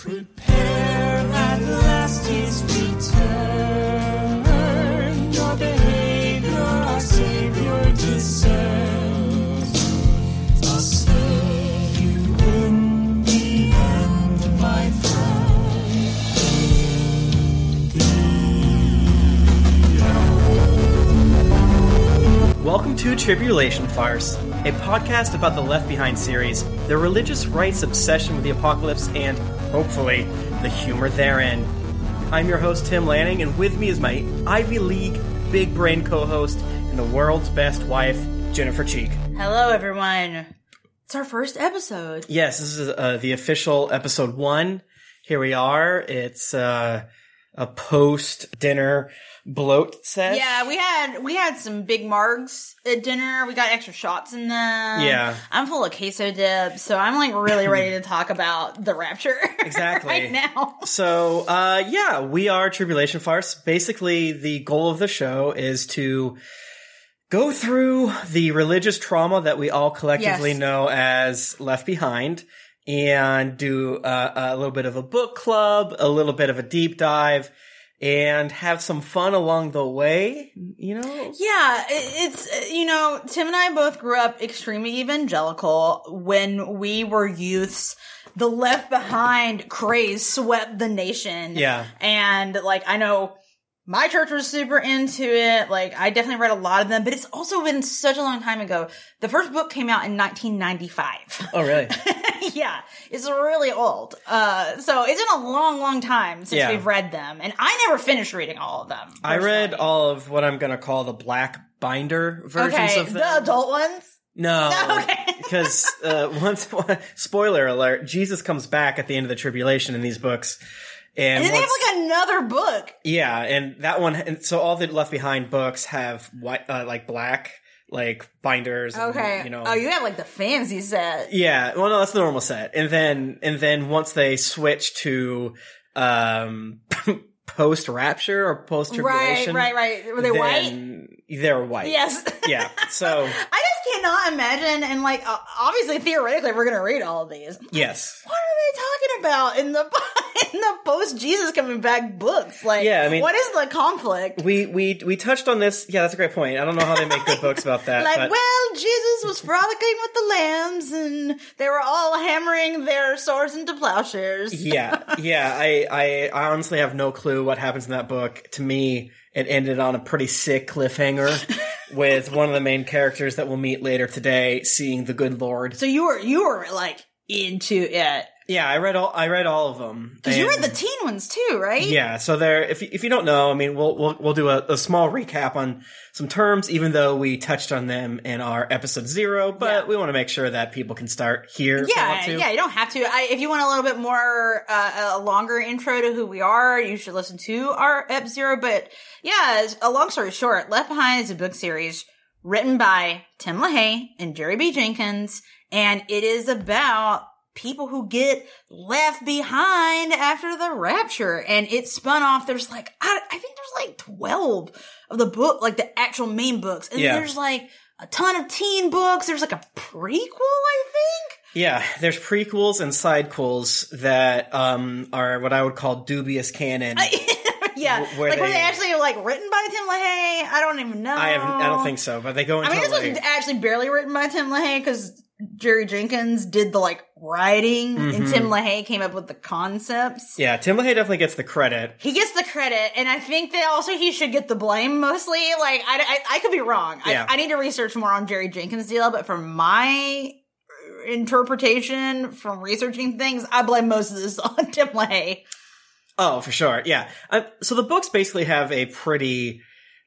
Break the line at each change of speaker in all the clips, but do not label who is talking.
Prepare at last his return. Your behavior, our Savior, discerns. Thus say you in the end, my friend.
Welcome to Tribulation Farce, a podcast about the Left Behind series, the religious right's obsession with the apocalypse, and, hopefully, the humor therein. I'm your host, Tim Lanning, and with me is my Ivy League big brain co host and the world's best wife, Jennifer Cheek.
Hello, everyone. It's our first episode.
Yes, this is uh, the official episode one. Here we are. It's uh, a post dinner bloat set.
Yeah, we had we had some big margs at dinner. We got extra shots in them.
Yeah.
I'm full of queso dip, so I'm like really ready to talk about the rapture.
Exactly.
right now.
So, uh, yeah, we are Tribulation Farce. Basically, the goal of the show is to go through the religious trauma that we all collectively
Yes.
know as Left Behind and do uh, a little bit of a book club, a little bit of a deep dive, and have some fun along the way, you know?
Yeah, it- it's, uh, you know, Tim and I both grew up extremely evangelical. When we were youths, the left behind craze swept the nation.
Yeah.
And like, I know my church was super into it. Like, I definitely read a lot of them, but it's also been such a long time ago. The first book came out in 1995.
Oh, really?
yeah, it's really old. Uh, so it's been a long, long time since
Yeah.
we've read them. And I never finished reading all of them.
I read
personally.
all of what I'm going to call the black binder versions
okay,
of them.
the adult ones.
No,
Okay.
because uh, once spoiler alert, Jesus comes back at the end of the tribulation in these books, and,
And then they have
once-
like another book.
yeah, and that one, and so all the Left Behind books have white, uh, like black, like binders. and, you know,
oh, you have like the fancy set.
yeah. Well, no, that's the normal set, and then and then once they switch to um post rapture or post
Right,
tribulation,
right, right. Were they white?
white? They're white.
Yes.
Yeah. So
I just cannot imagine. And like, uh, obviously, theoretically, we're gonna read all of these.
yes.
What are they talking about in the in the post Jesus coming back books? Like,
Yeah, I mean-
what is the conflict?
We we we touched on this. Yeah, that's a great point. I don't know how they make good books about that.
Like,
but
well, Jesus was frolicking with the lambs, and they were all hammering their swords into plowshares.
yeah, yeah. I, I I honestly have no clue what happens in that book. To me, it ended on a pretty sick cliffhanger with one of the main characters that we'll meet later today seeing the good Lord.
So you were you were like into it.
Yeah, I read all I read all of them.
Because you read
and-
the teen ones too, right?
yeah, so there. If you- if you don't know, I mean, we'll we'll we'll do a, a small recap on some terms, even though we touched on them in our episode zero. But
Yeah.
we want to make sure that people can start here. if they want
Yeah,
to.
yeah, you don't have to. I, if you want a little bit more, uh, a longer intro to who we are, you should listen to our Ep Zero. But yeah, it's- a long story short, Left Behind is a book series written by Tim LaHaye and Jerry B. Jenkins, and it is about people who get left behind after the rapture. And it spun off, there's like, I, I think there's like 12 of the book, like the actual main books. And
Yeah.
there's like, a ton of teen books. There's like a prequel, I think.
Yeah, there's prequels and sidequels that um, are what I would call dubious canon. I,
yeah,
Wh- where
like were
they-
they actually like written by Tim LaHaye? I don't even know.
have, I don't think so, but they go
I
into
mean,
it
this was
later.
actually barely written by Tim LaHaye because Jerry Jenkins did the like writing, and Tim LaHaye came up with the concepts.
Mm-hmm. Yeah, Tim LaHaye definitely gets the credit.
He gets the credit, and I think that also he should get the blame mostly. Like, I, I, I could be wrong.
Yeah.
I, I need to research more on Jerry Jenkins' deal, but from my interpretation from researching things, I blame most of this on Tim LaHaye.
Oh, for sure. Yeah. Uh, so the books basically have a pretty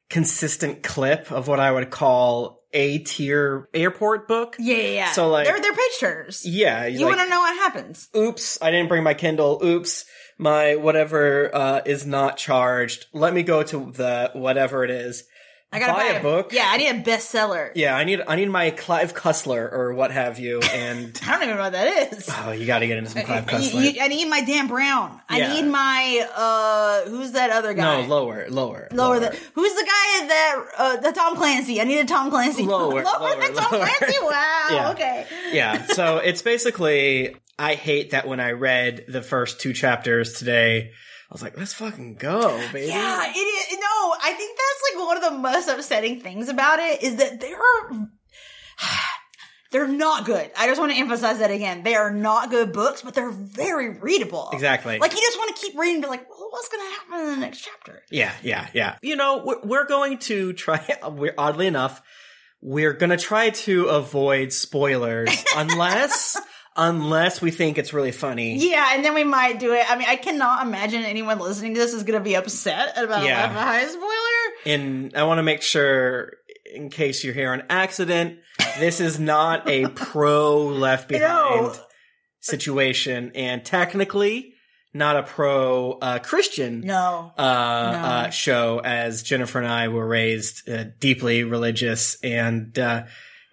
consistent clip of what I would call A tier airport book.
Yeah, yeah, yeah.
So, like-
they're they're pictures.
Yeah.
You
like,
want to know what happens?
oops, I didn't bring my Kindle. Oops, my whatever uh, is not charged. Let me go to the whatever it is.
I gotta
buy
buy,
a book?
Yeah, I need a bestseller.
Yeah, I need I need my Clive Cussler or what have you, and
I don't even know what that is.
Oh, you got to get into some Clive
You-
Cussler.
Uh, you- I need my Dan Brown. I
Yeah.
need my uh, who's that other
no,
guy?
lower, lower,
lower the who's the guy that uh, the Tom Clancy? I need a Tom Clancy.
Lower,
lower,
lower,
the Tom
lower.
Clancy. Wow.
Yeah.
Okay.
yeah. So it's basically I hate that when I read the first two chapters today, I was like, let's fucking go, baby.
Yeah, it is. No, I think that's like one of the most upsetting things about it is that they are. They're not good. I just want to emphasize that again. They are not good books, but they're very readable.
Exactly.
Like you just want to keep reading, but like, well, what's going to happen in the next chapter?
Yeah, yeah, yeah. You know, we're, we're going to try. We're oddly enough, we're going to try to avoid spoilers unless unless we think it's really funny.
Yeah, and then we might do it. I mean, I cannot imagine anyone listening to this is going to be upset about
Yeah.
a Left Behind spoiler.
And I want to make sure, in case you're here on accident, this is not a pro Left Behind
No.
situation, and technically not a pro uh, Christian.
No.
uh, uh, show as Jennifer and I were raised uh, deeply religious, and uh,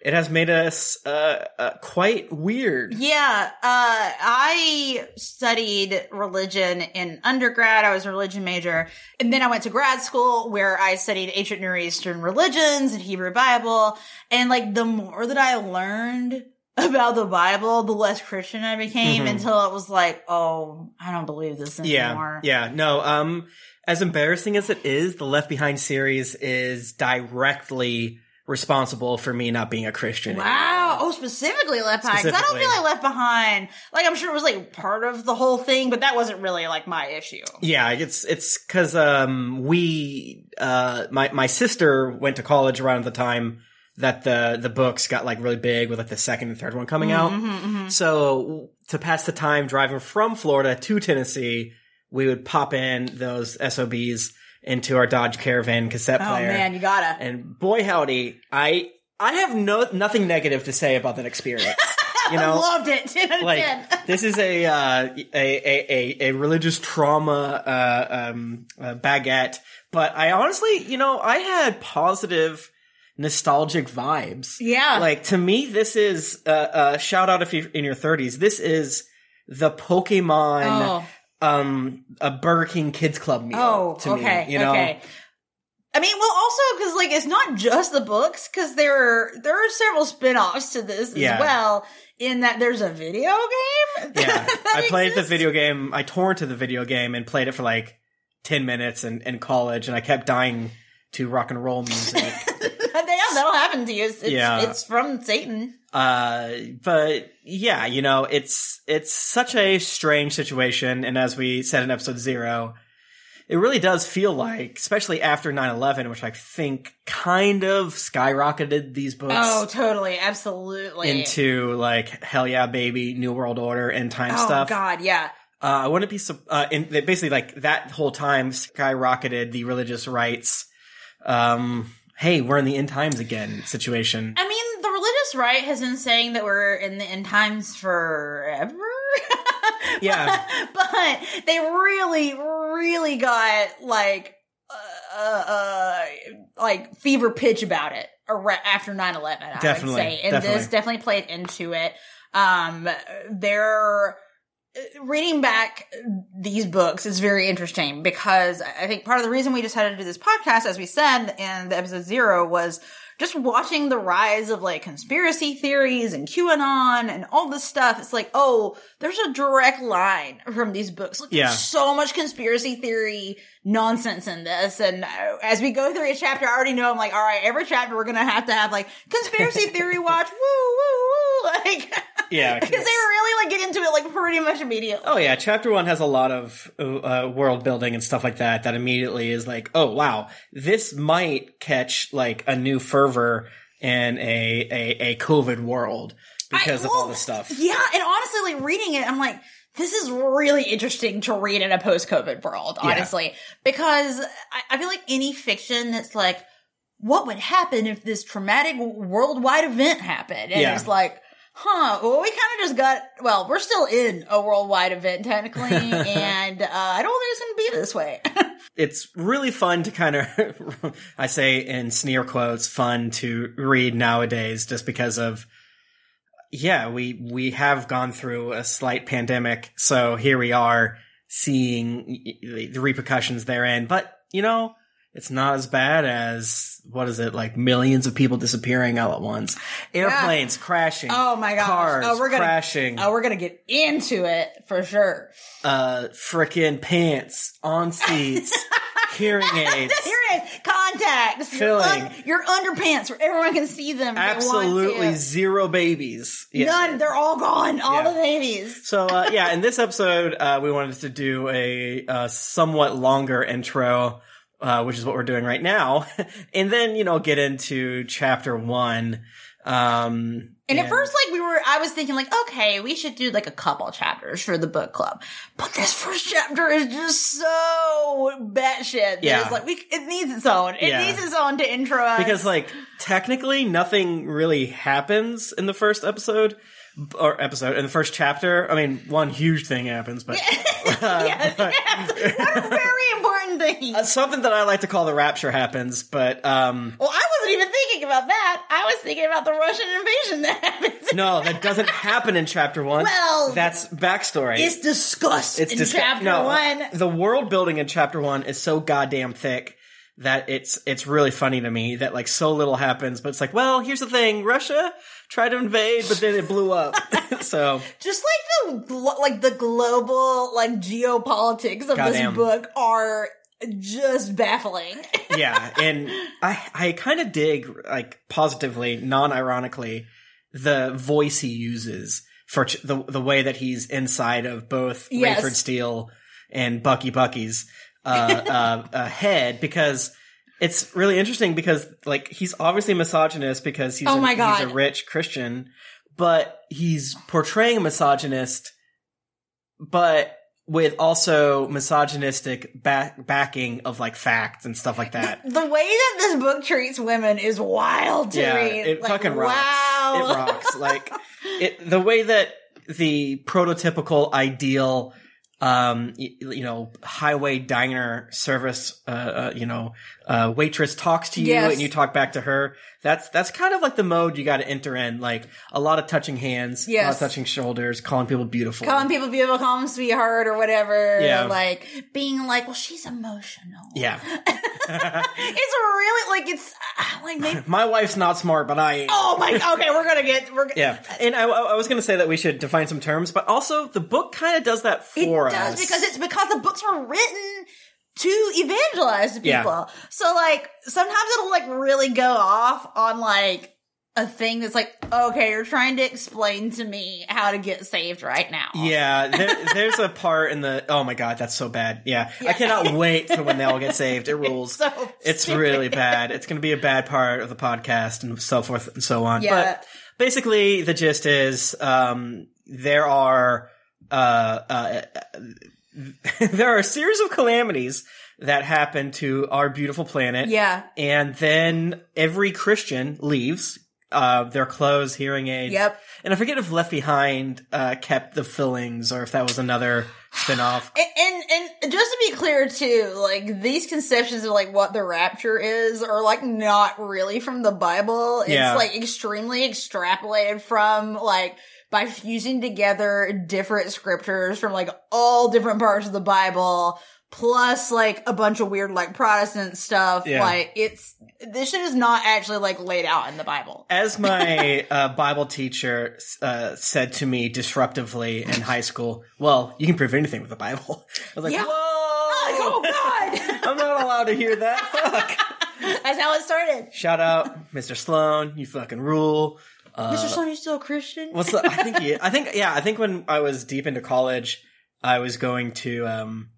it has made us uh, uh, quite weird.
Yeah, uh, I studied religion in undergrad. I was a religion major. And then I went to grad school where I studied ancient Near Eastern religions and Hebrew Bible. And like the more that I learned about the Bible, the less Christian I became
Mhm.
until it was like, oh, I don't believe this
Yeah,
anymore.
yeah, no. Um, as embarrassing as it is, the Left Behind series is directly responsible for me not being a Christian.
Wow. Oh, specifically Left Behind. 'Cause I don't feel
Specifically.
like Left Behind. Like, I'm sure it was like part of the whole thing, but that wasn't really like my issue.
Yeah, it's it's because um we uh my my sister went to college around the time that the the books got like really big with like the second and third one coming out.
Mm-hmm.
So to pass the time driving from Florida to Tennessee, we would pop in those SOBs into our Dodge Caravan cassette
Oh,
player.
man, you gotta.
And boy howdy, I I have no nothing negative to say about that experience. You know,
Loved it. 10 out of 10.
like this is a uh, a, a a a religious trauma uh, um, uh, baguette. But I honestly, you know, I had positive nostalgic vibes.
Yeah.
like to me, this is uh, uh, shout out if you're in your 30s. This is the Pokemon.
Oh.
Um, a Burger King Kids Club meal.
Oh,
to
okay.
Me, you know,
Okay. I mean, well, also because like it's not just the books because there are there are several spin-offs to this
Yeah.
as well. In that there's a video game.
yeah.
that
I played the
exists.
video game. I torrented the video game and played it for like ten minutes in, in college, and I kept dying to rock and roll music.
yeah, that'll happen to you. It's,
Yeah.
it's from Satan.
Uh, but yeah, you know, it's it's such a strange situation, and as we said in episode zero, it really does feel like, especially after 9-11, which I think kind of skyrocketed these books
Oh, totally, absolutely.
into like hell yeah baby, New World Order, end time
oh
stuff.
God, yeah.
Uh, I wouldn't be sup- uh, and they basically like that whole time skyrocketed the religious rights. Um, hey, we're in the end times again situation.
I mean, the religious right has been saying that we're in the end times forever.
Yeah.
but they really, really got like, uh, uh, like fever pitch about it ar- after 9 11, I
Definitely,
would say. And this
definitely.
definitely played into it. Um, they're reading back these books is very interesting because I think part of the reason we decided to do this podcast, as we said in the episode zero, was just watching the rise of like conspiracy theories and QAnon and all this stuff. It's like, oh, there's a direct line from these books. Like,
Yeah.
there's so much conspiracy theory nonsense in this. And uh, as we go through each chapter, I already know I'm like, all right, every chapter we're going to have to have like conspiracy theory watch. Woo, woo, woo. Like,
Yeah,
because they really like get into it like pretty much immediately.
Oh yeah, chapter one has a lot of uh, world building and stuff like that. That immediately is like, oh wow, this might catch like a new fervor in a a, a COVID world because
I-
of all
well,
this stuff.
Yeah, and honestly, like reading it, I'm like, this is really interesting to read in a post COVID world,
Yeah.
honestly, because I, I feel like any fiction that's like, what would happen if this traumatic worldwide event happened? And
Yeah.
it's like, huh, well, we kind of just got, well, we're still in a worldwide event technically, and uh, I don't think it's going to be this way.
It's really fun to kind of, I say in sneer quotes, fun to read nowadays, just because of. Yeah, we we have gone through a slight pandemic, so here we are seeing y- y- the repercussions therein. But you know, It's not as bad as what is it like? Millions of people disappearing all at once, airplanes crashing.
Oh my gosh.
Cars
oh, we're gonna,
crashing.
Oh, we're gonna get into it for sure.
uh, freaking pants on seats, hearing aids.
Here it is. Contacts.
Filling.
Your, un- your underpants where everyone can see them. if they want to.
Absolutely zero babies. Yeah.
None. They're all gone. All
Yeah.
the babies.
So uh, yeah, in this episode, uh, we wanted to do a, uh somewhat longer intro, uh, which is what we're doing right now, and then you know get into chapter one. Um,
And at first, like we were, I was thinking, like, okay, we should do like a couple chapters for the book club. But this first chapter is just so batshit.
Yeah.
it's like we, it needs its own. It
Yeah.
needs its own to intro us.
because like technically nothing really happens in the first episode b- or episode in the first chapter. I mean, one huge thing happens, but.
yes,
uh,
yes. What a very important thing.
Something that I like to call the rapture happens, but um
Well, I wasn't even thinking about that. I was thinking about the Russian invasion that happens.
no, that doesn't happen in chapter one.
Well-
that's backstory.
It's discussed in
disgu-
chapter
no,
one.
The world building in chapter one is so goddamn thick that it's it's really funny to me that like so little happens, but it's like, well, here's the thing: Russia tried to invade, but then it blew up. so
Just like the glo- like the global like geopolitics of
Goddamn.
this book are just baffling.
yeah, and I I kind of dig like positively, non ironically, the voice he uses for ch- the the way that he's inside of both
Yes.
Rayford Steele and Bucky Bucky's uh, uh, uh, head because. It's really interesting because, like, he's obviously misogynist because he's,
Oh
a,
my God.
he's a rich Christian, but he's portraying a misogynist, but with also misogynistic back- backing of like facts and stuff like that.
the way that this book treats women is wild to
yeah,
read.
it
Like,
fucking rocks.
Wow.
It rocks. Like it, the way that the prototypical ideal, um, y- you know, highway diner service, uh, uh you know, uh, waitress talks to you
Yes.
and you talk back to her. That's that's kind of like the mode you got to enter in. Like a lot of touching hands, a lot
Yes.
of touching shoulders, calling people beautiful.
Calling people beautiful, calling them sweetheart or whatever.
Yeah.
Like being like, well, she's emotional.
yeah,
It's really like it's ah, like they
my wife's not smart, but I. am.
Oh my! Okay, we're gonna get. We're gonna,
Yeah, and I, I was going to say that we should define some terms, but also the book kind of does that
It
for us.
does because it's because the books were written to evangelize to people.
Yeah.
So like sometimes it'll like really go off on like a thing that's like, okay, you're trying to explain to me how to get saved right now.
Yeah, there, there's a part in the. Oh my god, that's so bad. Yeah, I cannot wait for when they all get saved. It rules. It's,
So stupid.
really bad. It's going to be a bad part of the podcast and so forth and so on.
Yeah.
But basically, the gist is um, there are uh, uh, there are a series of calamities that happen to our beautiful planet.
Yeah.
And then every Christian leaves uh, their clothes, hearing aids.
Yep.
And I forget if Left Behind uh, kept the fillings or if that was another spinoff.
And, and and just to be clear too, like these conceptions of like what the rapture is are like not really from the Bible. It's
Yeah.
like extremely extrapolated from like by fusing together different scriptures from like all different parts of the Bible, plus like a bunch of weird like Protestant stuff.
Yeah.
Like it's this shit is not actually like laid out in the Bible.
As my uh, Bible teacher uh, said to me disruptively in high school, well, you can prove anything with the Bible. I was like,
Yeah.
whoa!
Like, oh God,
I'm not allowed to hear that. Fuck.
that's how it started.
Shout out, Mr. Sloan. You fucking rule.
Mr. Sloan, you still a Christian?
What's the? I think he, I think yeah. I think when I was deep into college, I was going to um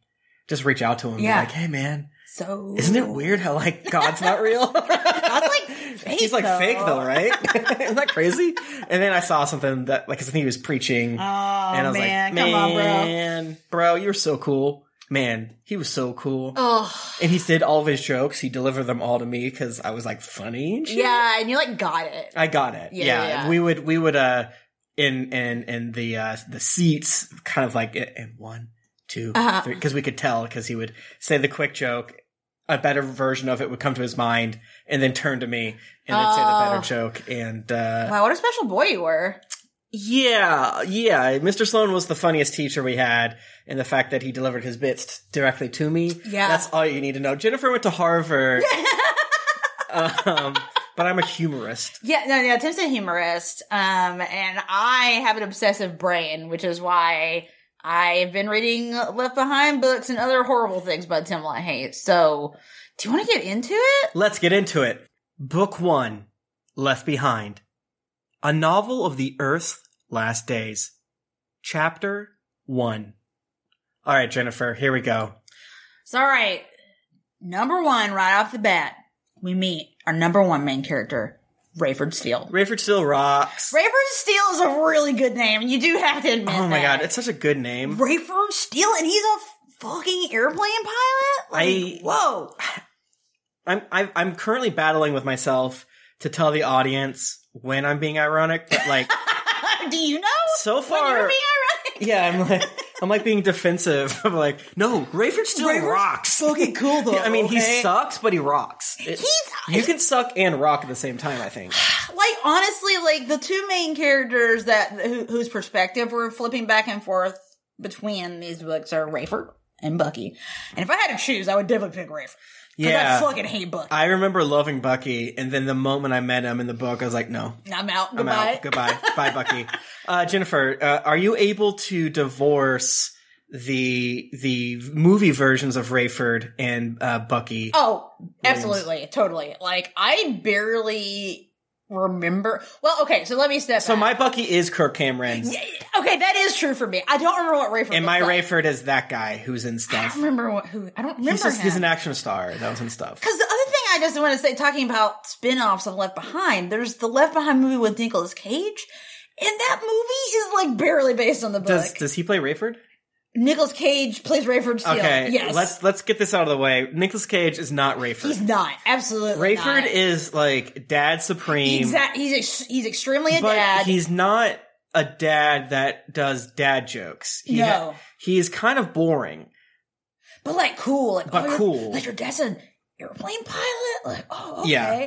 just reach out to him. and be
Yeah.
like, hey man,
so
isn't it weird how like God's not real?
I was like, fake,
He's like
though.
fake though, right? isn't that crazy? And then I saw something that like 'cause I think he was preaching,
Oh
and I was
man,
like,
come on, bro.
man, bro, you're so cool. Man, he was so cool,
Oh
and he did all of his jokes. He delivered them all to me because I was like funny. And shit.
yeah, and you like got it.
I got it.
Yeah,
Yeah,
yeah, yeah.
we would we would uh in in in the uh the seats kind of like and one two
Uh-huh.
three because we could tell because he would say the quick joke. A better version of it would come to his mind, and then turn to me, and then say the
Oh.
better joke. And uh,
Wow, what a special boy you were.
Yeah, yeah. Mr. Sloan was the funniest teacher we had, and the fact that he delivered his bits directly to me.
Yeah.
That's all you need to know. Jennifer went to Harvard. um, but I'm a humorist.
Yeah, no, no, Tim's a humorist. Um, and I have an obsessive brain, which is why I've been reading Left Behind books and other horrible things by Tim LaHaye. So, do you want to get into it?
Let's get into it. Book one Left Behind. A novel of the Earth's last days. Chapter one. All right, Jennifer, here we go.
So, all right. Number one, right off the bat, we meet our number one main character, Rayford Steele.
Rayford still rocks.
Rayford Steele is a really good name. You do have to admit
oh my
that.
god, it's such a good name.
Rayford Steele, and he's a fucking airplane pilot? Like,
I-
whoa.
I'm I, I'm currently battling with myself to tell the audience when I'm being ironic, but like
do you know?
so
when you're
far,
being ironic.
yeah, I'm like I'm like being defensive. I'm like, no, Rayford still
Rayford's
rocks.
fucking cool though.
I mean, he
okay?
sucks, but he rocks. It-
He's-
you can suck and rock at the same time. I think.
like honestly like the two main characters that who, whose perspective we're flipping back and forth between these books are Rayford and Bucky. And if I had to choose, I would definitely pick Rayford. 'Cause I
Yeah,
fucking hate Bucky. I,
I remember loving Bucky, and then the moment I met him in the book, I was like, no,
am out.
I'm
Goodbye.
out. Goodbye. Bye, Bucky. Uh, Jennifer, uh, are you able to divorce the the movie versions of Rayford and uh, Bucky?
Oh, absolutely, totally. Like I barely remember. Well, okay, so let me step.
So
back.
my Bucky is Kirk Cameron,
okay, that is true for me. I don't remember what Rayford.
and
looked
my
like.
Rayford is that guy who's in
I
stuff.
don't remember what, who. I don't remember
He's, just,
him.
he's an action star that was in stuff.
Because the other thing I just want to say, talking about spin-offs of Left Behind, there's the Left Behind movie with Nicolas Cage, and that movie is like barely based on the book.
Does does he play Rayford?
Nicolas Cage plays Rayford Steele.
Okay,
yes,
let's let's get this out of the way. Nicholas Cage is not Rayford.
he's not absolutely
Rayford
not.
is like dad supreme,
Exact- he's ex- he's extremely a
but
dad.
he's not a dad that does dad jokes. He
no,
ha- he's kind of boring.
but like cool, like
But
oh, your-
cool.
like your dad's an airplane pilot. Like oh okay,
Yeah.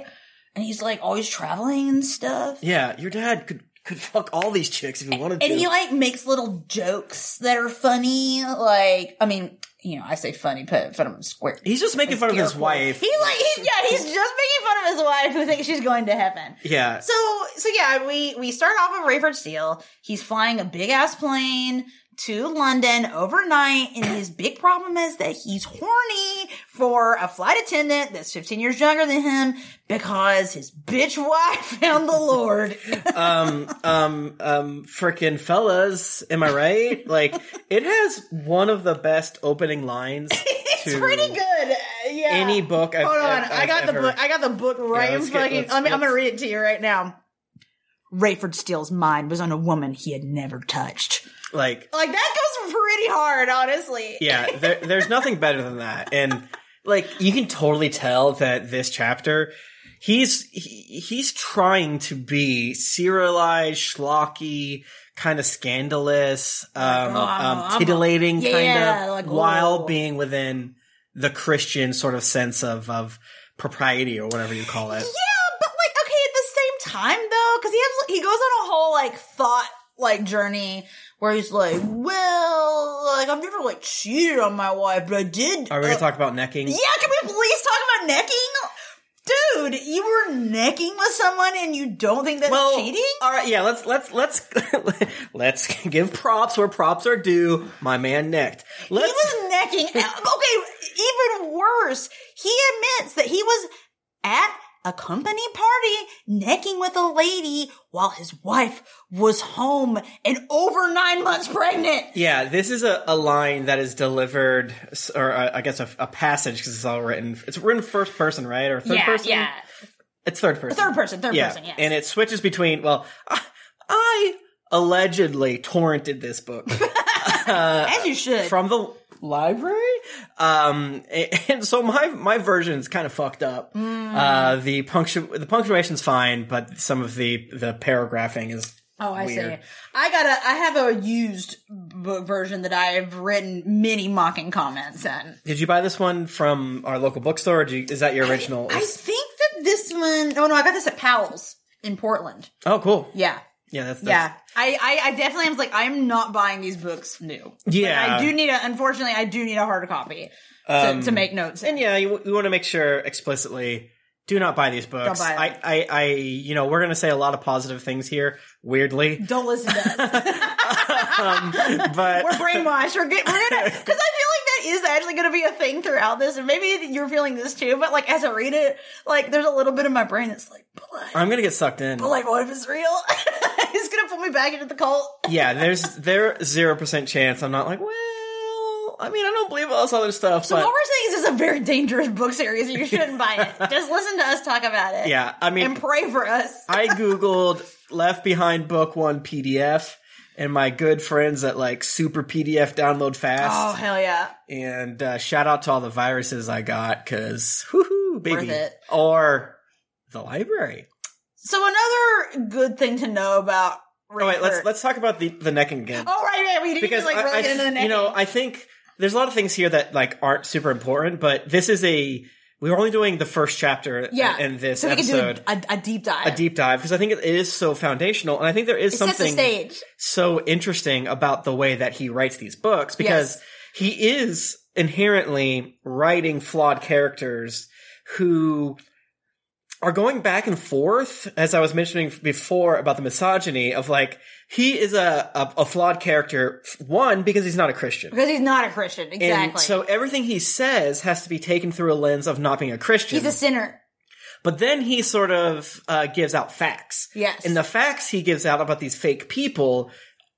and he's like always traveling and stuff.
Yeah, your dad could could fuck all these chicks if he wanted
And
to.
he like makes little jokes that are funny. Like, I mean, you know, I say funny, but fun of him square.
he's just making fun of his
Airport.
wife.
He like, he, yeah, he's just making fun of his wife who thinks she's going to heaven.
yeah,
So, so yeah, we we start off with Rayford Steele. He's flying a big ass plane to London overnight, and his big problem is that he's horny for a flight attendant that's 15 years younger than him because his bitch wife found the Lord.
um, um, um, frickin' fellas, am I right? Like, it has one of the best opening lines.
it's
to
pretty good. Uh, Yeah.
Any book I've,
Hold on,
I've-
i got
I've
the
ever-
book. I got the book right
Yeah,
in
let's get-
fucking.
let's-
I mean, I'm
let's-
gonna read it to you right now. Rayford Steele's mind was on a woman he had never touched.
like,
Like that goes pretty hard, honestly.
yeah, there, there's nothing better than that. And like, you can totally tell that this chapter, he's he, he's trying to be serialized, schlocky, kind of scandalous, um,
oh, I'm a-
um titillating,
Yeah,
kind of,
like,
while
ooh.
being within the Christian sort of sense of of propriety or whatever you call it.
Yeah, but like, okay, at the same time though, because he has he goes on a whole like thought like journey where he's like, well, like I've never like cheated on my wife, but I did.
Are we gonna
uh,
talk about necking?
Yeah, can we please talk about necking? Dude, you were necking with someone and you don't think that's cheating?
All right, yeah. Let's let's let's let's give props where props are due. My man necked.
He
Let's.
was necking. Okay, even worse, he admits that he was at a company party necking with a lady while his wife was home and over nine months pregnant.
yeah, this is a, a line that is delivered, s- or uh, I guess a, a passage because it's all written. It's written first person, right, or third person? it's third person.
Third person, third
yeah,
person, yes.
and it switches between. Well, I, I allegedly torrented this book.
As you should.
uh, from the library um and, and so my my version is kind of fucked up
Hmm.
uh the punctu the punctuation's fine but some of the the paragraphing is
Oh, I
weird.
see. I got a. I have a used book version that I have written many mocking comments in.
did you buy this one from our local bookstore or did you, is that your original
I think that this one oh no, I got this at Powell's in Portland.
oh cool
Yeah.
Yeah, that's, that's
Yeah, I, I, I definitely was like, I'm not buying these books new. Like,
Yeah.
I do need a. Unfortunately, I do need a hard copy to,
Um,
to make notes.
And yeah, you, we want to make sure explicitly do not buy these books.
Don't buy
I, I, I, you know, we're going to say a lot of positive things here, weirdly.
Don't listen to us.
Um, but
we're brainwashed. We're get, we're gonna because I feel like that is actually gonna be a thing throughout this, and maybe you're feeling this too. But like as I read it, like there's a little bit of my brain that's like, but like,
I'm going to get sucked in.
but like what if it's real? it's gonna put me back into the cult.
yeah, there's there zero percent chance. I'm not like, well, I mean, I don't believe all this other stuff,
So
but
what we're saying is, it's a very dangerous book series, and you shouldn't buy it. Just listen to us talk about it.
yeah, I mean,
and pray for us.
I googled Left Behind Book One PDF, and my good friends at like Super PDF Download
Oh
Fast,
hell yeah!
and uh, shout out to all the viruses I got because woohoo, baby,
it.
or the library.
So another good thing to know about.
Oh wait, let's let's talk about the the necking again
Oh right, right. We didn't
because
even, like
I,
really
I-
get into the neck.
you know I think there's a lot of things here that like aren't super important, but this is a we were only doing the first chapter
yeah.
in this
so we
episode.
can do a, a deep dive.
a deep dive because I think it is so foundational, and I think there is
it
something
sets the stage.
so interesting about the way that he writes these books because he is inherently writing flawed characters who are going back and forth, as I was mentioning before about the misogyny of like, he is a, a, a flawed character, one, because he's not a Christian.
Because he's not a Christian, exactly.
And so everything he says has to be taken through a lens of not being a Christian.
he's a sinner.
But then he sort of uh, gives out facts.
Yes.
And the facts he gives out about these fake people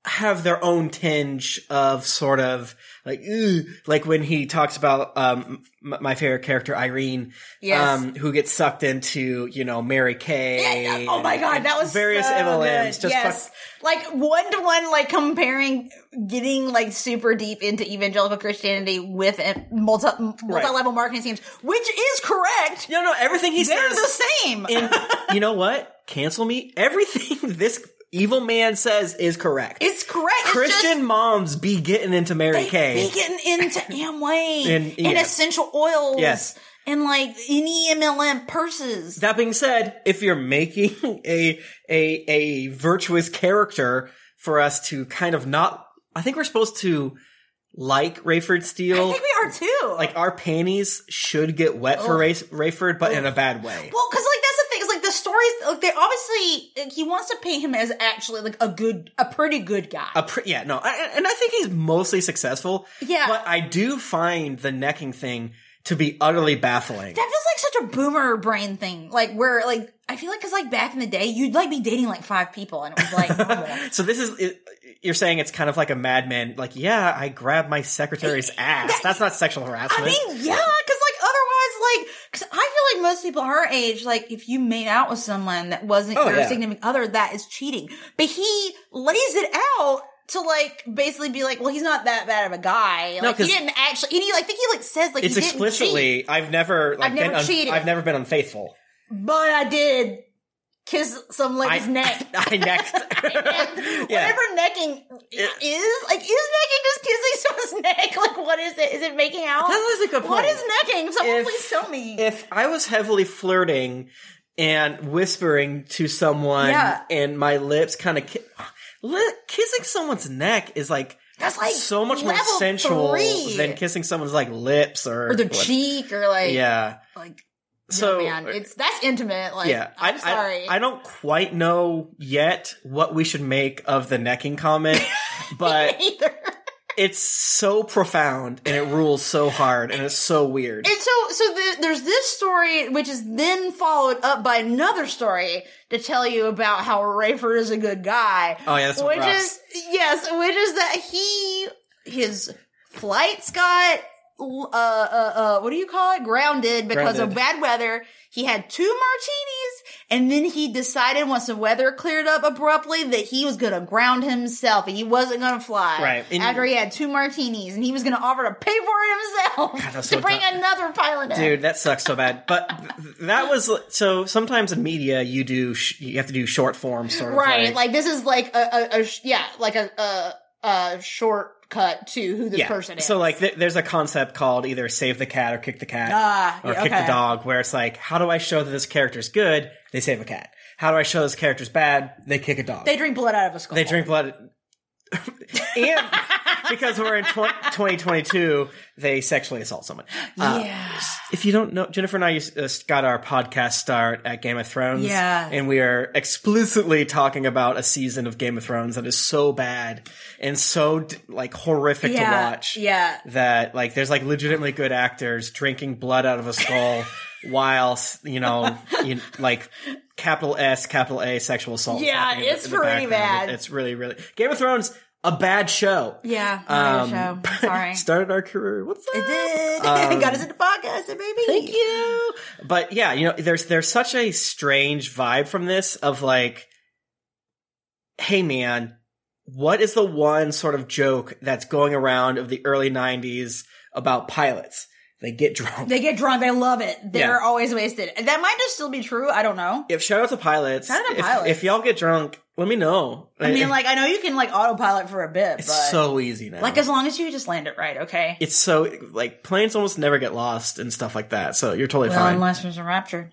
have their own tinge of sort of like, "Ugh," like when he talks about um, m- my favorite character, Irene,
Yes.
um, who gets sucked into, you know, Mary Kay.
Yeah, oh my god, that was
various
so
MLMs.
good.
Just
yes.
fuck-
like one to one, like comparing, getting like super deep into evangelical Christianity with em- multi multi level marketing schemes, which is correct.
no, no, everything he
They're
says.
the same.
and you know what? Cancel me. Everything this evil man says is correct.
it's correct. It's
Christian
just-
moms be getting into Mary Kay.
Be getting into Amway
And-
and,
yeah.
essential oils.
E Yes.
And like any MLM purses.
That being said, if you're making a a a virtuous character for us to kind of not, I think we're supposed to like Rayford
I
Steele.
think we are too.
Like our panties should get wet for Ray, Rayford, but in a bad way.
Oh. Well, because like that's the thing is like the stories like they obviously like, he wants to paint him as actually like a good, a pretty good guy.
A pre- yeah, no, I, and I think he's mostly successful.
Yeah.
but I do find the necking thing to be utterly baffling.
that feels like such a boomer brain thing. Like where like I feel like because like back in the day you'd like be dating like five people and it was like oh, normal.
so this is it- you're saying it's kind of like a madman. Like, yeah, I grabbed my secretary's ass. That's not sexual
I
harassment.
mean, yeah, because like otherwise, like, because I feel like most people her age, like, if you made out with someone that wasn't
Oh,
your
yeah.
significant other, that is cheating. But he lays it out to like basically be like, well, he's not that bad of a guy. Like,
'cause-
he didn't actually, and he like, I think he like says like
it's
he didn't cheat,
explicitly I've never like
I've never
been un-
cheated.
I've never been unfaithful.
but I did kiss some lady's neck.
I necked.
And
yeah.
Whatever necking is, like, is necking just kissing someone's neck? Like, what is it? Is it making out?
That is a good
What
point.
is necking? Someone
If-
please tell me.
If I was heavily flirting and whispering to someone
Yeah.
and my lips kind of ki- li- kissing someone's neck is like
That's like
so much more
level
sensual
three.
than kissing someone's like lips or,
or their
what-
cheek or like
Yeah.
like oh,
So uh,
man it's that's intimate like
yeah, I-
i'm
I-
sorry
I, don't quite know yet what we should make of the necking comment, but
either
it's so profound and it rules so hard and it's so weird.
and so so the, there's this story which is then followed up by another story to tell you about how rayford is a good guy
Oh, yeah, that's what
which
rocks.
is yes which is that he his flights got uh, uh, uh, what do you call it? Grounded because
Grounded.
of bad weather. He had two martinis and then he decided once the weather cleared up abruptly that he was going to ground himself and he wasn't going to fly.
Right. And-
after he had two martinis and he was going to offer to pay for it himself
that's
to
so
bring
dumb.
another pilot in.
Dude, that sucks so bad. But th- that was so. Sometimes in media, you do sh- you have to do short form sort of
Right.
like-
Like, this is like a, a, a sh- yeah, like a, a, a shortcut to who this
yeah.
person is.
So like, th- there's a concept called either save the cat or kick the cat
Ah,
or
yeah,
kick the
okay.
dog, where it's like, how do I show that this character's good? They save a cat. how do I show this character's bad? They kick a dog.
They drink blood out of a skull.
They drink blood. and because we're in tw- 2022, they sexually assault someone. Uh,
yeah.
if you don't know, Jennifer and I used, uh, got our podcast start at Game of Thrones.
Yeah.
And we are explicitly talking about a season of Game of Thrones that is so bad and so d- like horrific to
yeah.
watch
Yeah.
that like there's like legitimately good actors drinking blood out of a skull while s- you know you, like capital S capital A sexual assault. is
Yeah,
happening in the-
it's
in the
pretty
background.
bad.
It's really really Game of Thrones a bad show.
Yeah.
Um,
radio show. Sorry.
started our career. What's
it
that?
did.
Um,
Got us into podcasting, baby.
Thank you. But yeah, you know, there's there's such a strange vibe from this of like, hey man, what is the one sort of joke that's going around of the early '90s about pilots? They get drunk.
They get drunk. They love it. They're
Yeah.
always wasted. That might just still be true. I don't know.
if shout out to pilots,
Shout out to
if,
pilots.
if y'all get drunk, let me know.
I mean, like I know you can like autopilot for a bit,
it's
but
so easy now.
like as long as you just land it right, okay.
it's so like planes almost never get lost and stuff like that. So you're totally
well,
fine.
unless there's a rapture,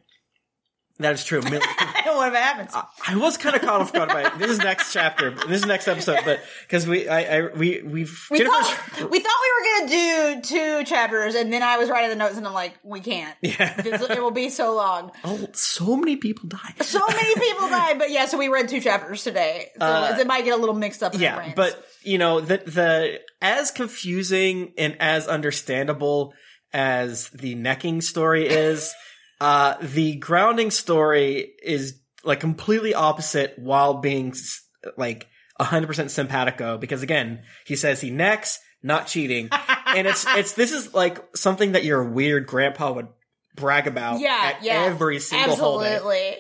that is true. Mil-
whatever happens.
I was kind of caught off guard by this is next chapter, this is next episode, but because we, I, I, we, we've
we
Jennifer's-
thought we thought we were gonna do two chapters, and then I was writing the notes, and I'm like, we can't.
yeah.
This- it will be so long.
Oh, so many people die.
So many people died, but yeah, so we read two chapters today. So
Uh,
it might get a little mixed up. In our
yeah,
brains.
but you know the the as confusing and as understandable as the necking story is, uh, the grounding story is like completely opposite while being s- like hundred percent simpatico because again he says he necks not cheating and it's it's this is like something that your weird grandpa would brag about
yeah,
at
yeah,
every single holiday
absolutely.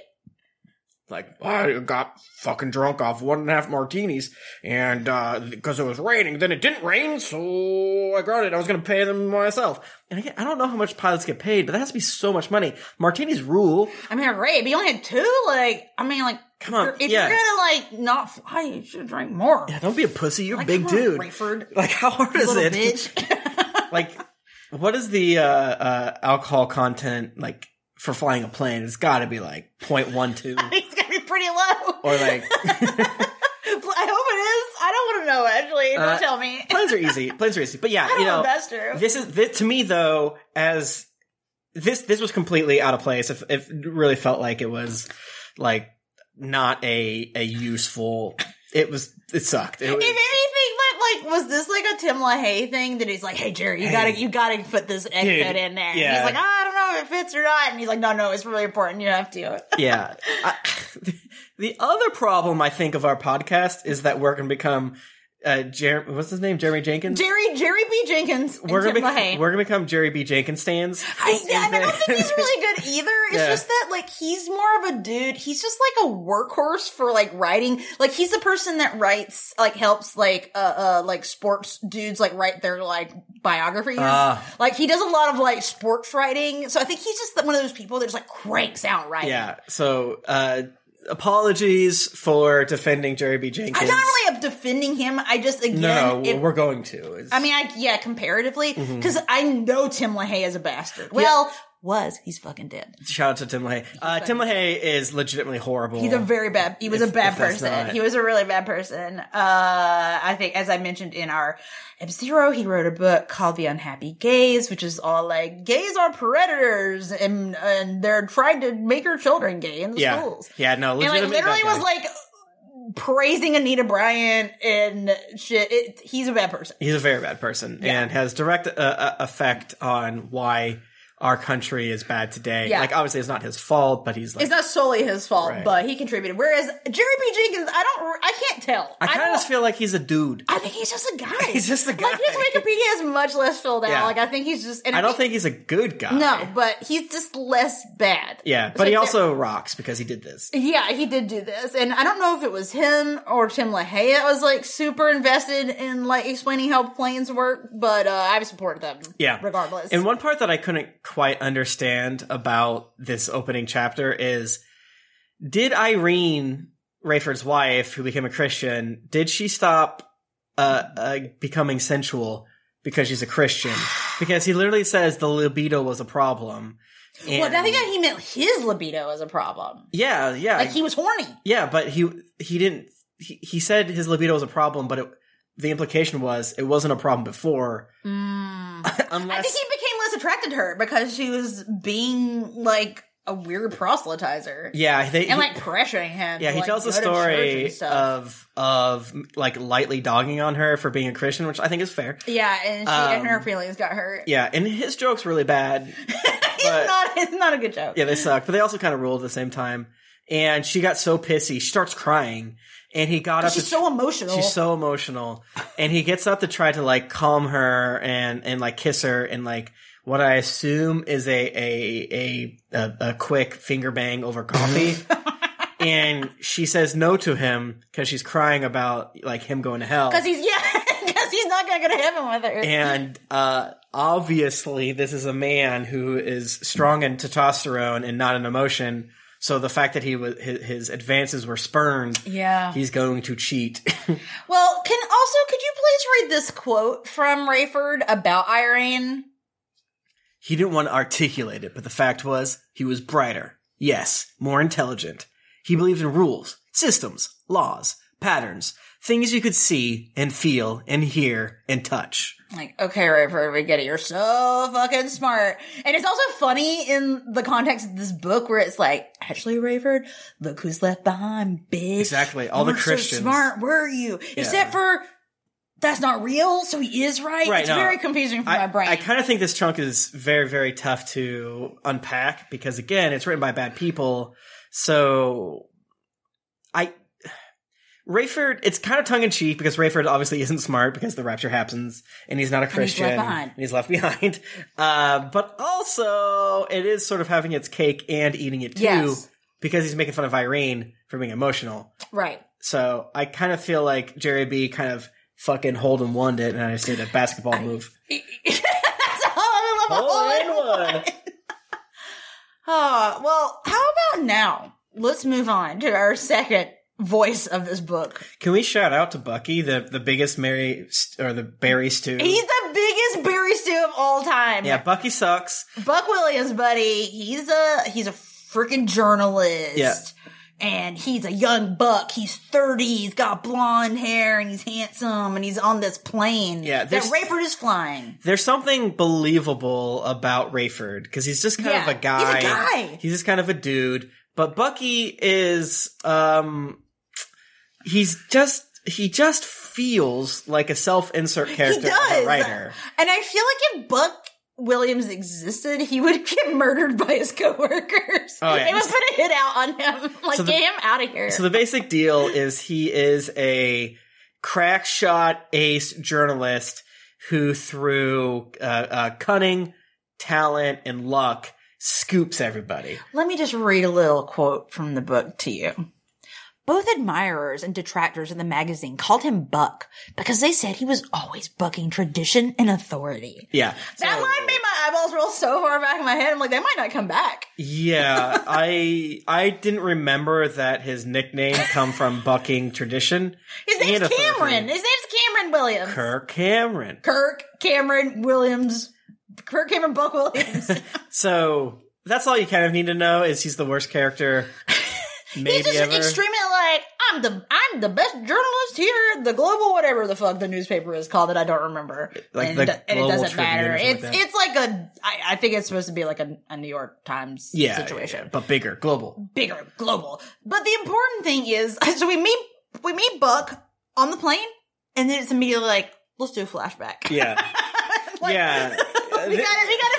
like I got fucking drunk off one and a half martinis, and uh, because it was raining, then it didn't rain, so I got it. I was gonna pay them myself, and again, I don't know how much pilots get paid, but that has to be so much money. Martinis rule.
I mean, great, but you only had two. Like, I mean, like,
Come on,
if
yeah.
you're gonna like not fly, you should drink more.
Yeah, don't be a pussy. You're a
Like,
big
come on,
dude.
Rayford.
Like how hard is
Little
it?
bitch.
Like what is the uh, uh, alcohol content like for flying a plane? It's got to be like 0.12
it's gonna be pretty low.
or like.
I hope it is. I don't want to know. Actually, don't
Uh,
tell me.
planes are easy. Planes are easy. But yeah,
I don't
you know,
know if that's true.
This is this, to me though as this this was completely out of place. If if it really felt like it was like not a a useful. It was it sucked. It was,
if anything, but like, was this like a Tim LaHaye thing that he's like, "Hey Jerry, you gotta, you gotta put this
Dude,
exit in there." And
yeah.
he's like, "I don't know if it fits or not," and he's like, "No, no, it's really important. You have to."
yeah. I, the other problem I think of our podcast is that we're going to become uh Jer- what's his name Jeremy Jenkins.
Jerry, Jerry B. Jenkins, and
we're
Tim
gonna
LaHaye.
be, we're gonna become Jerry B Jenkins stands.
I, yeah, I mean, I don't think he's really good either. It's
Yeah.
just that, like, he's more of a dude. He's just like a workhorse for like writing. Like, he's the person that writes, like, helps, like, uh, uh like sports dudes, like, write their like biographies.
Ah.
like, he does a lot of like sports writing. So I think he's just one of those people that just like cranks out writing.
Yeah. So uh apologies for defending Jerry B Jenkins.
I'm not really up defending him. I just again,
No,
it-
we're Mm-hmm. going to. It's-
I mean, I yeah, comparatively, because I know Tim LaHaye is a bastard. Well, was he's fucking dead.
shout out to Tim LaHaye. Uh, Tim LaHaye is legitimately horrible.
He's a very bad. He was
If-
a bad
if that's
person.
not-
He was a really bad person. Uh, I think, as I mentioned in our F Zero, he wrote a book called "The Unhappy Gays," which is all like gays are predators and and they're trying to make our children gay in the
yeah,
schools.
yeah, no,
And like
legitimately
literally
that guy.
was like praising Anita Bryant and shit. It, he's a bad person.
he's a very bad person and has direct uh, uh, effect on why our country is bad today.
Yeah.
Like obviously it's not his fault, but he's like
It's not solely his fault,
Right.
but he contributed. Whereas Jerry B. Jenkins, I don't, I can't tell.
I kind of
don't-
just feel like he's a dude.
I think he's just a guy.
He's just a guy.
Like his Wikipedia is much less filled out.
Yeah.
Like I think he's just. And
I don't think he's a good guy.
no, but he's just less bad.
Yeah,
It's
but he
like
also rocks because he did this.
there- Yeah, he did do this, and I don't know if it was him or Tim LaHaye that was like super invested in like explaining how planes work, but uh, I've supported them.
Yeah.
regardless.
And one part that I couldn't quite understand about this opening chapter is did Irene, Rayford's wife, who became a Christian, did she stop uh, uh, becoming sensual because she's a Christian? Because he literally says the libido was a problem.
well,
And-
I think that he meant his libido as a problem.
yeah, yeah,
Like he was horny.
yeah. But he he didn't. He, he said his libido was a problem, but it, the implication was it wasn't a problem before,
Mm. I
unless
think he became less attracted to her because she was being like a weird proselytizer
yeah, they,
and
he-
like pressuring him.
yeah,
to,
he
like,
tells the
go to church and
story
stuff.
of of like lightly dogging on her for being a Christian, which I think is fair.
yeah, and she
um,
and her feelings got hurt.
Yeah, and his joke's really bad.
it's
but-
not it's not a good joke.
Yeah, they suck, but they also kind of ruled at the same time. And she got so pissy, she starts crying, and he got up.
she's
to-
so emotional.
she's so emotional, and he gets up to try to like calm her and and like kiss her and like what I assume is a a a a, a quick finger bang over coffee. and she says no to him because she's crying about like him going to hell.
because he's yeah because he's not gonna go to heaven with her.
And uh, obviously, this is a man who is strong in testosterone and not an emotion. So the fact that he was his, his advances were spurned,
yeah.
he's going to cheat.
Well, can also could you please read this quote from Rayford about Irene?
he didn't want to articulate it, but the fact was he was brighter. Yes, more intelligent. He believed in rules, systems, laws, patterns, things you could see and feel and hear and touch.
Like, okay, Rayford, we get it. You're so fucking smart. And it's also funny in the context of this book where it's like, actually, Rayford, look who's left behind, bitch.
Exactly, all
You
the
weren't
Christians.
So smart were you? Except for that's not real, so he is right.
Right,
it's
no.
very confusing for
I,
my brain.
I kind of think this chunk is very, very tough to unpack because, again, it's written by bad people. So, I. Rayford, it's kind of tongue in cheek because Rayford obviously isn't smart because the rapture happens and he's not a Christian.
behind.
and he's left behind. Uh, but also, it is sort of having its cake and eating it too
Yes.
because he's making fun of Irene for being emotional.
right.
So, I kind of feel like Jerry B kind of fucking hold and wand it, and I just did a basketball move.
that's all I love.
Hole in
all I
one.
Oh, well, how about now? Let's move on to our second voice of this book.
Can we shout out to Bucky, the the biggest Mary st- or the Barry stew?
He's the biggest Barry Stew of all time.
Mm. yeah, Bucky sucks.
Buck Williams, buddy. He's a he's a freaking journalist.
Yeah.
And he's a young buck. He's 30. He's got blonde hair and he's handsome and he's on this plane
Yeah,
that
there's-
Rayford is flying.
There's something believable about Rayford because he's just kind of
Yeah,
a guy.
he's a guy.
He's just kind of a dude. But Bucky is um, he's just he just feels like a self-insert character, of
does.
a writer.
And I feel like if Buck Williams existed, he would get murdered by his coworkers.
Oh, yeah.
They would put a hit out on him. Like,
So the-
get him out of here.
So the basic deal is he is a crack shot ace journalist who through uh, uh, cunning, talent, and luck scoops everybody.
Let me just read a little quote from the book to you. Both admirers and detractors in the magazine called him Buck because they said he was always bucking tradition and authority.
Yeah.
That
So-
line made my eyeballs roll so far back in my head. I'm like, they might not come back.
Yeah, I I didn't remember that his nickname come from bucking tradition.
His
And
name's
authority.
Cameron. His name's Cameron Williams.
Kirk Cameron.
Kirk Cameron Williams. Kirk Cameron Buck Williams.
So that's all you kind of need to know is he's the worst character. Maybe
He's just
ever.
extremely like I'm the I'm the best journalist here. The global whatever the fuck the newspaper is called that I don't remember.
Like
and,
the
it- and it
Global
doesn't
Tribune or
matter.
something
It's
like that.
it's like a I, I think it's supposed to be like a, a New York Times
yeah,
situation,
but bigger, global.
bigger, global. But the important thing is, so we meet we meet Buck on the plane, and then it's immediately like let's do a flashback.
Yeah.
Like,
yeah.
we got it. We got a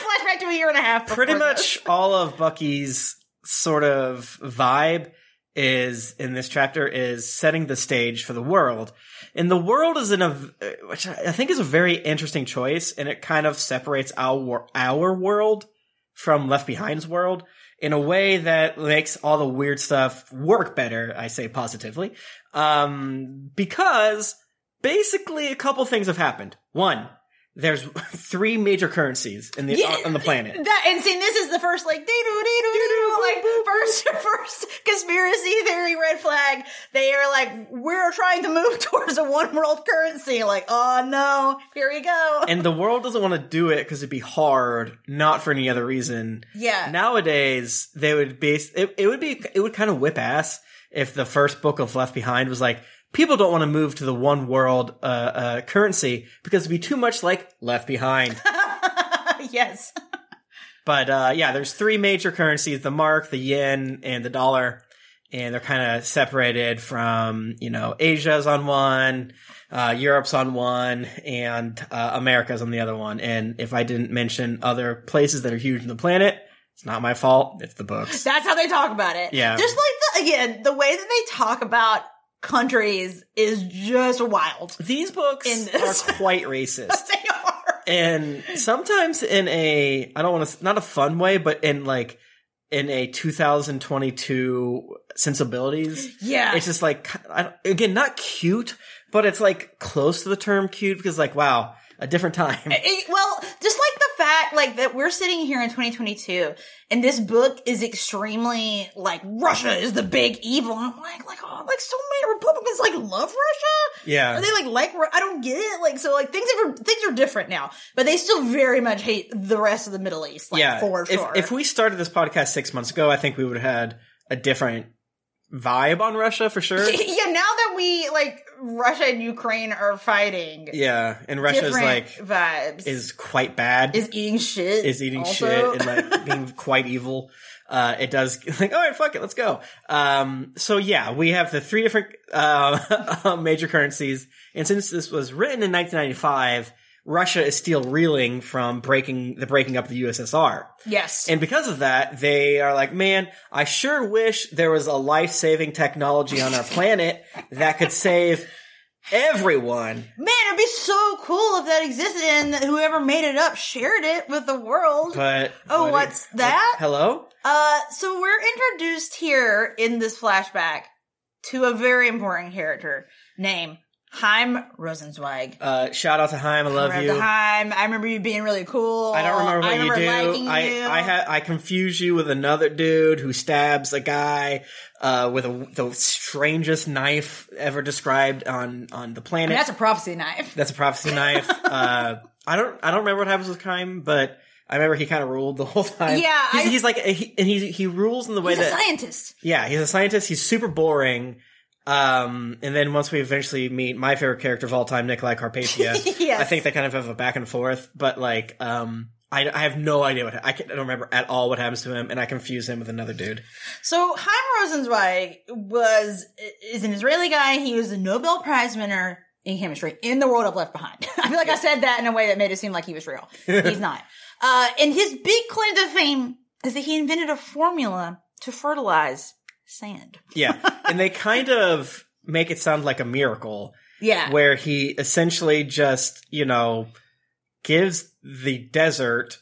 flashback to a year and a half.
pretty
before
much all of Bucky's sort of vibe is in this chapter is setting the stage for the world. And the world is in a, which I think is a very interesting choice. And it kind of separates our, our world from Left Behind's world in a way that makes all the weird stuff work better. I say positively. Um, because basically a couple things have happened. One, there's three major currencies in the
Yeah.
on the planet.
That and seeing this is the first like dee doo dee doo dee doo like first first conspiracy theory red flag. They are like we're trying to move towards a one world currency. Like oh no, here we go.
and the world doesn't want to do it because it'd be hard, not for any other reason.
yeah,
Nowadays, they would base it, it would be it would kind of whip ass if the first book of Left Behind was like people don't want to move to the one world uh, uh, currency because it'd be too much like Left Behind.
yes,
but uh, yeah, there's three major currencies: the mark, the yen, and the dollar. And they're kind of separated from, you know, Asia's on one, uh, Europe's on one, and uh, America's on the other one. And if I didn't mention other places that are huge on the planet, it's not my fault. It's the books.
that's how they talk about it.
Yeah.
just like the, again the way that they talk about countries is just wild.
These books
In this.
are quite racist.
They are.
and sometimes in a I don't want to not a fun way, but in like in a 2022 sensibilities,
Yeah,
it's just like I don't- again not cute, but it's like close to the term cute because like wow, a different time.
It- well, just like the fact, like that we're sitting here in 2022, and this book is extremely like Russia is the big evil. And I'm like, like, oh, like so many Republicans like love Russia.
Yeah.
Are they like like Ru- I don't get it. Like so, like things are things are different now, but they still very much hate the rest of the Middle East. Like,
yeah,
for
if,
sure.
if we started this podcast six months ago, I think we would have had a different vibe on Russia for sure.
yeah, now that we like Russia and Ukraine are fighting,
yeah, and Russia's
different
like
vibes
is quite bad.
is eating shit
is eating
also.
shit and like being quite evil. Uh, it does like, all right, fuck it, let's go. Um, so yeah, we have the three different, uh, major currencies. And since this was written in 1995, Russia is still reeling from breaking the breaking up of the USSR.
yes.
And because of that, they are like, man, I sure wish there was a life saving technology on our planet that could save everyone.
Man, it'd be so cool if that existed and that whoever made it up shared it with the world.
But
Oh,
what-
what's that?
Hello?
Uh, so we're introduced here in this flashback to a very important character named Heim Rosenzweig.
Uh, shout out to Haim. I love
Rev
you.
the Heim, I remember you being really cool.
I don't remember what
Oh, I remember
you do.
liking
I
you.
I ha- I confuse you with another dude who stabs a guy uh, with a, the strangest knife ever described on on the
I
planet.
mean, that's a prophecy knife.
that's a prophecy knife. uh, I don't I don't remember what happens with Kaim, but I remember he kind of ruled the whole time.
Yeah,
he's,
I-
he's like he, and he he rules in the way
He's a
that
scientist.
yeah, he's a scientist. He's super boring. Um, and then once we eventually meet my favorite character of all time, Nikolai Carpathia,
Yes.
I think they kind of have a back and forth, but like, um, I, I have no idea what, I, can't, I don't remember at all what happens to him, and I confuse him with another dude.
So Chaim Rosenzweig was is an Israeli guy. He was a Nobel Prize winner in chemistry in the world of Left Behind. I feel like I said that in a way that made it seem like he was real. He's not. Uh, and his big claim to fame is that he invented a formula to fertilize sand.
Yeah. and they kind of make it sound like a miracle
Yeah.
where he essentially just, you know, gives the desert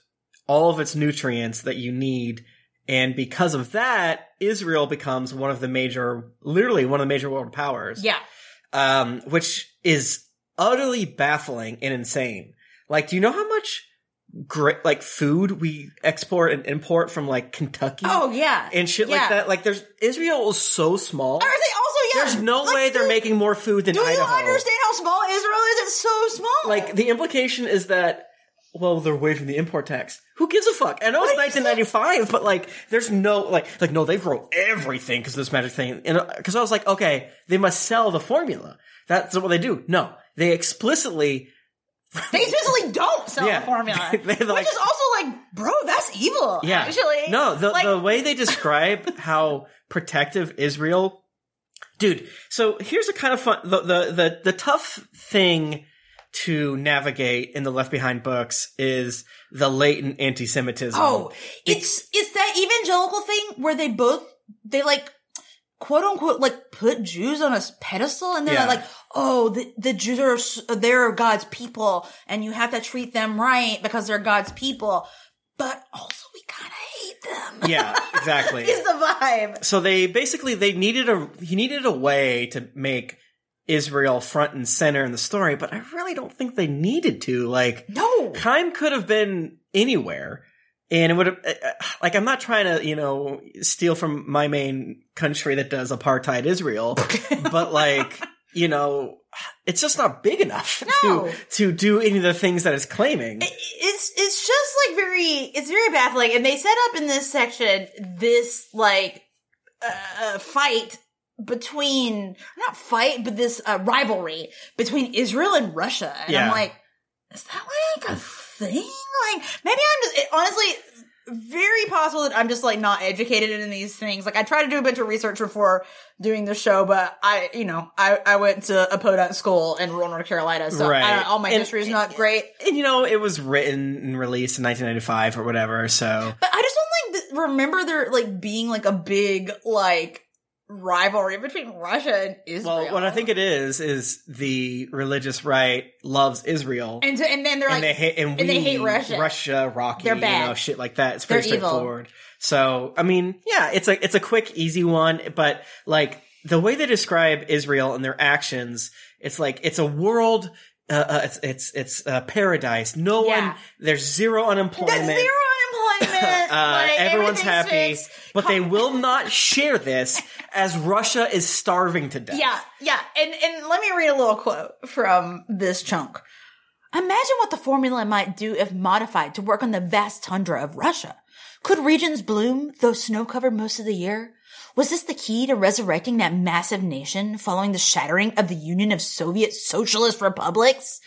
all of its nutrients that you need. And because of that, Israel becomes one of the major, literally one of the major world powers.
yeah.
Um, which is utterly baffling and insane. Like, do you know how much great, like food we export and import from like Kentucky
Oh yeah.
and shit
yeah.
like that? Like there's, Israel is so small.
Or they also yeah.
There's no
like,
way they're
do-
making more food than
Do you
Idaho
understand how small Israel is? It's so small.
like the implication is that well they're waiving the import tax who gives a fuck i know it's 1995 but like there's no like like no they grow everything because this magic thing and because i was like okay they must sell the formula that's what they do no they explicitly
They specifically don't sell
Yeah.
the formula,
They, like-
which is also like, bro, that's evil.
yeah
actually,
no the,
like,
the way they describe how protective israel dude so here's a kind of fun the, the the the tough thing to navigate in the left behind books is the latent anti-semitism
oh, it's it's that evangelical thing where they both they like quote unquote like put Jews on a s- pedestal, and they're
Yeah.
like, oh, the, the Jews are s- they're God's people, and you have to treat them right because they're God's people, but also we kind of hate them.
yeah exactly
is the vibe.
so they basically they needed a he needed a way to make Israel front and center in the story, but I really don't think they needed to. Like,
No.
Kime could have been anywhere, and it would have. eh, Like, I'm not trying to, you know, steal from my main country that does apartheid Israel, but like, you know, it's just not big enough
No.
to to do any of the things that it's claiming.
It- it's it's just like very it's very baffling and they set up in this section this like uh, fight between not fight but this uh, rivalry between Israel and Russia and I'm
Yeah.
like is that like a thing like maybe I'm just it, honestly very possible that I'm just like not educated in these things like I tried to do a bunch of research before doing the show but I you know I I went to a podunk school in rural North Carolina so I
Right.
don't, all my
And-
history is not great
and you know, it was written and released in 1995 or whatever. So
But I just don't like th- remember there like being like a big like rivalry between Russia and Israel.
Well, what I think it is is the religious right loves Israel, and,
and to, and then they're like
they hate and, we,
and they hate Russia.
Russia, Rocky,
They're
you know,
bad.
shit like that. It's pretty
They're evil.
straightforward. So, I mean, yeah, it's a it's a quick, easy one, but like the way they describe Israel and their actions, it's like it's a world. Uh, uh, it's it's it's uh, paradise. No
Yeah.
one. There's zero
that's
unemployment.
zero unemployment.
Uh,
like,
everyone's
everything's
happy,
fixed.
but they will not share this as Russia is starving to death.
Yeah, yeah. And and let me read a little quote from this chunk. Imagine what the formula might do if modified to work on the vast tundra of Russia. Could regions bloom, though snow covered most of the year? Was this the key to resurrecting that massive nation following the shattering of the Union of Soviet Socialist Republics?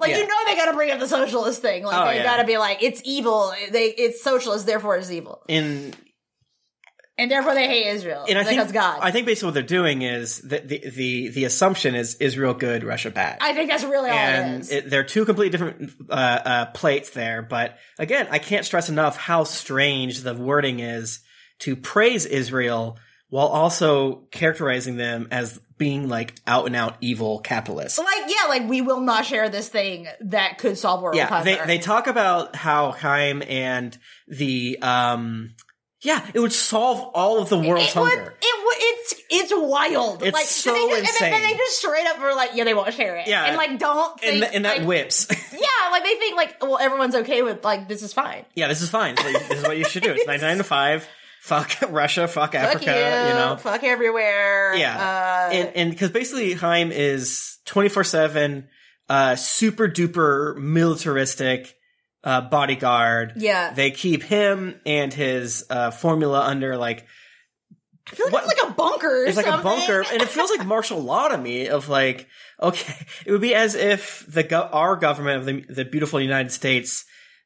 Like you
Yeah.
know they gotta bring up the socialist thing. Like
Oh,
they
yeah.
gotta be like, it's evil, they it's socialist, therefore it's evil.
In
And therefore they hate Israel.
and I think
that's God.
I think basically what they're doing is the the the, the assumption is Israel good, Russia bad.
I think that's really all it
and
is.
it, they're two completely different uh, uh, plates there, but again, I can't stress enough how strange the wording is to praise Israel while also characterizing them as being like out and out evil capitalists.
like yeah, like we will not share this thing that could solve world
Yeah,
hunger.
they they talk about how Chaim and the um yeah, it would solve all of the world's
it would, it
hunger.
would, it's it's wild.
It's
like
so
they just, And then- then,
insane.
they just straight up were like, yeah, they won't share it.
Yeah.
and like don't think,
and, th- and that
like,
whips.
Yeah, like they think like well, everyone's okay with like this is fine.
yeah, this is fine. This is what you, this is what you should do. It's nine nine to five. Fuck Russia. Fuck Africa.
fuck you,
know.
fuck everywhere.
Yeah,
uh,
and and because basically Heim is twenty four seven, uh, super duper militaristic uh, bodyguard.
Yeah.
they keep him and his uh, formula under like
I feel like
what-
it's like a bunker. or
it's like a
something.
bunker, and it feels like martial law to me. Of like, okay, it would be as if the go- our government of the the beautiful United States.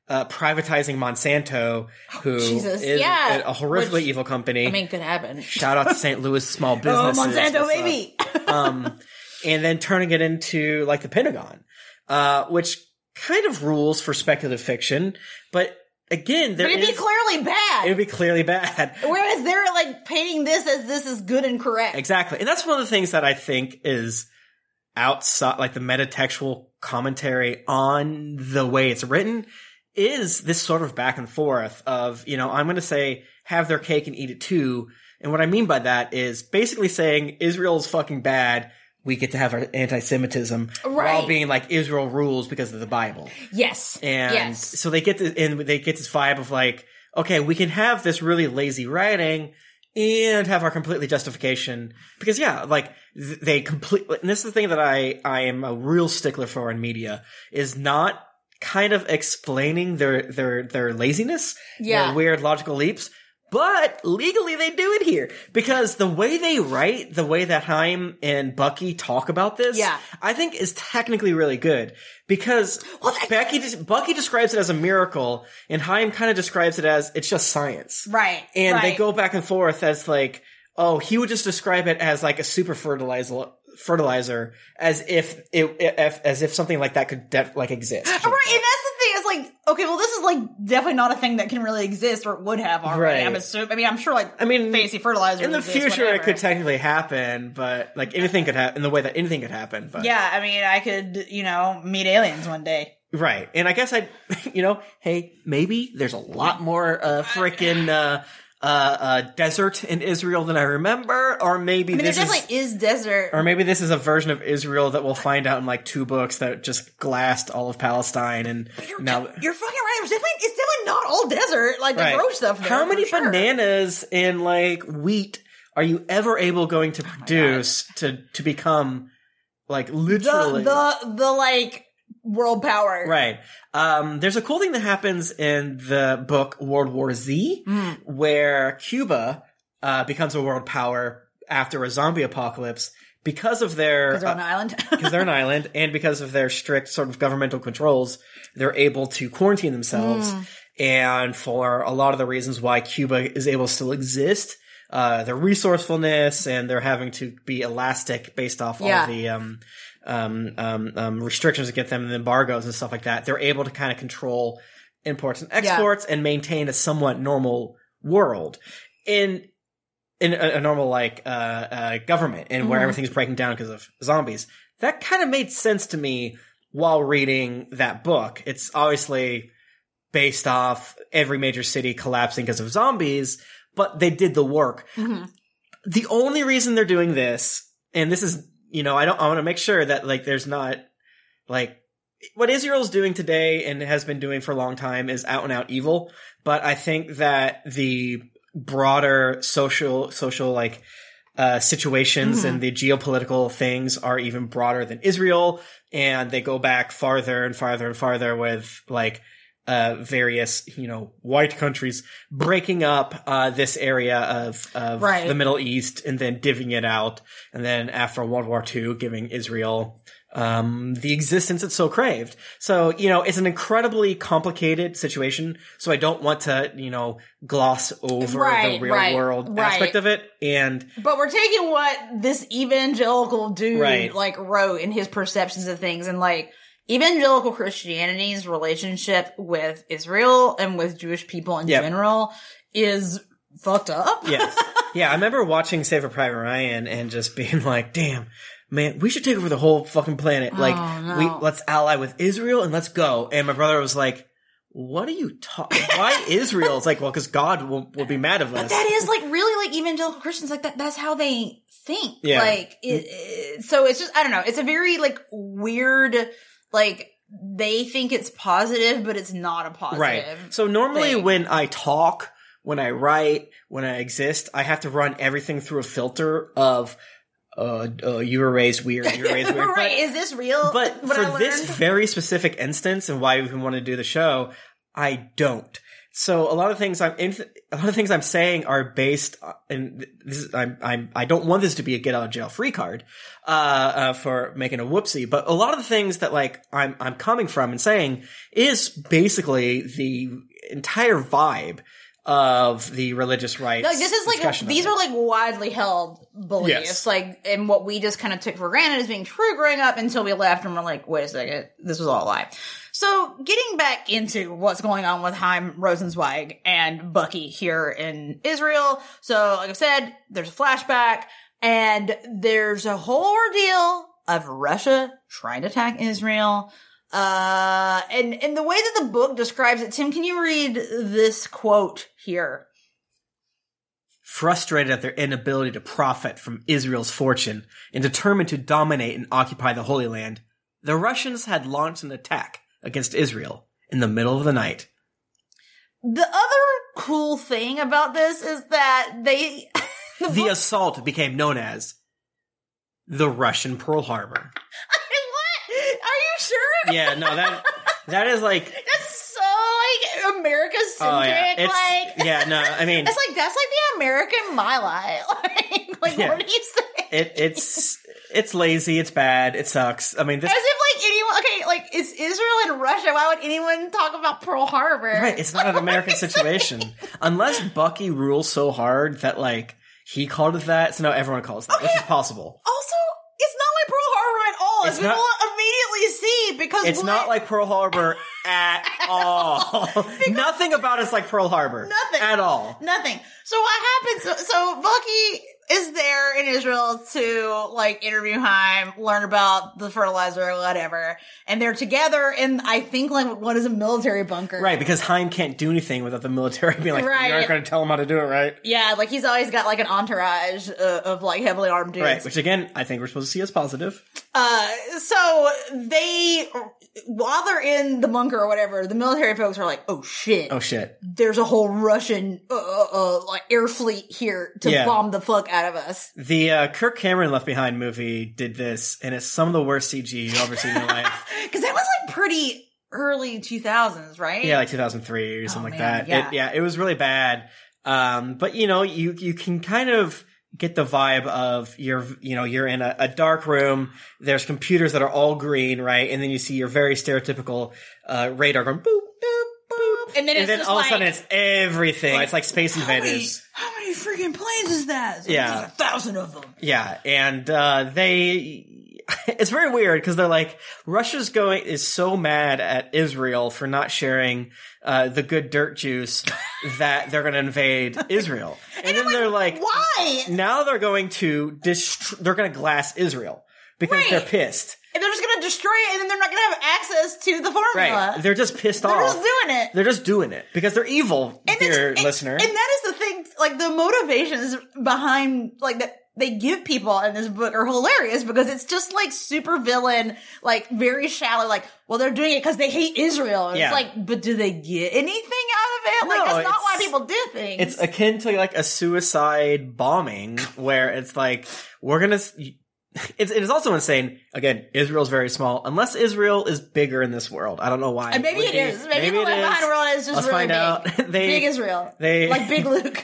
Uh, privatizing Monsanto, who is
Oh, Jesus, yeah.
a, a horrifically
Which-
evil company.
I mean, could happen.
Shout out to St. Louis small
Oh,
businesses.
Monsanto,
What's up?
baby.
um, and then turning it into like the Pentagon, uh, which kind of rules for speculative fiction, but again, there
But it'd be
is-
clearly
it
bad.
would be clearly bad.
Whereas they're like painting this as this is good and correct.
Exactly, and that's one of the things that I think is outside, like the metatextual commentary on the way it's written, is this sort of back and forth of you know I'm going to say have their cake and eat it too, and what I mean by that is basically saying Israel's fucking bad. We get to have our anti-Semitism while
Right.
being like Israel rules because of the Bible,
Yes.
and
yes.
so they get this, and they get this vibe of like, okay, we can have this really lazy writing and have our completely justification because yeah, like th- they completely, and this is the thing that I, I am a real stickler for in media is not kind of explaining their, their, their laziness,
Yeah.
their weird logical leaps. But legally they do it here because the way they write, the way that Heim and Bucky talk about this,
Yeah.
I think is technically really good because Becky des- Bucky describes it as a miracle, and Haim kind of describes it as it's just science.
Right.
And
right.
they go back and forth as like, oh, he would just describe it as like a super fertilizer, fertilizer, as if it, if, as if something like that could def- like exist.
Right, and that's the thing. It's like, okay, well, this is like definitely not a thing that can really exist or would have already.
Right.
I'm assuming. I mean, I'm sure like
I mean,
fancy fertilizer
In the
exists,
future,
whatever.
it could technically happen, but like anything could happen in the way that anything could happen. But
yeah, I mean, I could you know meet aliens one day.
Right. And I guess I, you know, hey, maybe there's a lot more, uh, freaking, uh, uh, uh, desert in Israel than I remember, or maybe
I mean, there
this is,
definitely is desert.
or maybe this is a version of Israel that we'll find out in like two books that just glassed all of Palestine and now.
You're fucking right. It was definitely, it's definitely not all desert. Like
Right.
the gross stuff. There,
How many
for sure.
bananas and like wheat are you ever able going
Oh
to produce to to become like
The,
literally
the the like world power.
Right. Um, there's a cool thing that happens in the book World War Z,
Mm.
where Cuba uh, becomes a world power after a zombie apocalypse because of their
Because they're on an
uh,
island.
'cause they're an island and because of their strict sort of governmental controls, they're able to quarantine themselves. And for a lot of the reasons why Cuba is able to still exist, uh, their resourcefulness and they're having to be elastic based off all
Yeah.
the um, um, um, um, restrictions against them and embargoes and stuff like that. They're able to kind of control imports and exports and maintain a somewhat normal world. In in a, a normal like uh, uh, government and where everything's breaking down because of zombies. That kind of made sense to me while reading that book. It's obviously based off every major city collapsing because of zombies, but they did the work. The only reason they're doing this, and this is you know I don't I want to make sure that like there's not like what Israel's doing today and has been doing for a long time is out and out evil. But I think that the broader social social like uh, situations and the geopolitical things are even broader than Israel, and they go back farther and farther and farther with like uh, various you know white countries breaking up uh, this area of of
Right.
the Middle East and then divvying it out, and then after World War II, giving Israel um, the existence it so craved. So, you know, it's an incredibly complicated situation. So I don't want to, you know, gloss over the
Right,
real
right,
world
right.
aspect of it. And
But we're taking what this evangelical dude
Right.
like wrote in his perceptions of things and like evangelical Christianity's relationship with Israel and with Jewish people in
Yep.
general is fucked up.
yes. yeah. I remember watching Save a Private Ryan and just being like, damn, man, we should take over the whole fucking planet. Like,
Oh, no.
we, let's ally with Israel and let's go. And my brother was like, what are you talking? Why Israel? It's like, well, cause God will, will be mad of us.
That is like really like evangelical Christians like that that's how they think.
Yeah.
Like it, it- so it's just I don't know. It's a very like weird like they think it's positive but it's not a positive.
Right. So normally
thing.
when I talk, when I write, when I exist, I have to run everything through a filter of uh, uh you were raised weird, you were raised weird.
right, is this real?
But, but
What I
for this
learned?
very specific instance and why I even want to do the show, I don't. So a lot of things I'm in, a lot of things I'm saying are based on- and this is, I'm I'm I don't want this to be a get out of jail free card uh, uh for making a whoopsie but a lot of the things that like I'm I'm coming from and saying is basically the entire vibe of the religious rights
Like this is like
discussion
a,
of
these
it.
are like widely held beliefs,
Yes.
like and what we just kind of took for granted as being true growing up until we left and we're like, wait a second, this was all a lie. So getting back into what's going on with Haim Rosenzweig and Bucky here in Israel. So like I said, there's a flashback and there's a whole ordeal of Russia trying to attack Israel. Uh, and, and the way that the book describes it, Tim, can you read this quote here?
frustrated at their inability to profit from Israel's fortune and determined to dominate and occupy the Holy Land, the Russians had launched an attack against Israel in the middle of the night.
The other cool thing about this is that they
The assault became known as the Russian Pearl Harbor.
what? Are you sure?
Yeah, no, that that is like
That's so like America centric.
oh yeah, it's,
like
yeah, no, I mean
that's like that's like the American my life. Like, like
Yeah.
what do you say?
it, it's it's lazy, it's bad, it sucks. I mean this
As if like anyone okay, like it's Israel and Russia. Why would anyone talk about Pearl Harbor?
Right, it's not an American situation. Unless Bucky rules so hard that like he called it that, so now everyone calls that, which is possible.
Also, it's not like Pearl Harbor at all, as
It's
we
not-
will immediately see because
It's
what-
not like Pearl Harbor at all. Nothing about it's like Pearl Harbor.
Nothing.
At all.
Nothing. So what happens? So Bucky is there in Israel to like interview Heim, learn about the fertilizer, whatever. And they're together in, I think, like what is a military bunker.
Right, because Heim can't do anything without the military being like,
Right.
you aren't going to tell him how to do it, right?
Yeah, like he's always got like an entourage uh, of like heavily armed dudes.
Right, which again, I think we're supposed to see as positive.
Uh, so they, while they're in the bunker or whatever, the military folks are like, "Oh shit,
Oh shit.
there's a whole Russian uh, uh, uh, like air fleet here to
Yeah.
bomb the fuck out of us."
The uh, Kirk Cameron Left Behind movie did this, and it's some of the worst CG you've ever seen in your life.
Because that was like pretty early 2000s, right? Oh,
Yeah, like 2003 or something like
man,
that.
yeah.
It, yeah, it was really bad. Um, but you know, you you can kind of get the vibe of you're you know you're in a, a dark room. There's computers that are all green, right? And then you see your very stereotypical uh, radar going boop boop boop,
And then it's just
all of a sudden
like-
it's everything. it's like Space
How many,
Invaders.
how many freaking planes is that? It's like,
Yeah.
There's a thousand of them.
Yeah, and uh, they. It's very weird because they're like Russia's going is so mad at Israel for not sharing uh, the good dirt juice that they're going to invade Israel, and, then they're like,
Why?
now they're going to dist- they're going to glass Israel because
Right.
they're pissed.
And they're just going to destroy it and then they're not going to have access to the formula.
Right? They're just pissed
Uh-huh. They're
off.
just doing it.
they're just doing it because they're evil,
it's-
dear listener.
And that is the thing, like the motivations behind, like that they give people in this book are hilarious because it's just like super villain, like very shallow. Like, well, they're doing it because they hate Israel. And
Yeah.
It's like, but do they get anything out of it? Like,
No,
that's not why
it's-
people do things.
it's akin to like a suicide bombing where it's like we're gonna s- it's, it is also insane again israel's very small unless israel is bigger in this world i don't know why
And Uh, maybe
would
it
be.
is. Maybe, the left
it
behind
is.
world is just
Let's
really
find
big.
out. They-
big Israel.
they-
like Big Luke.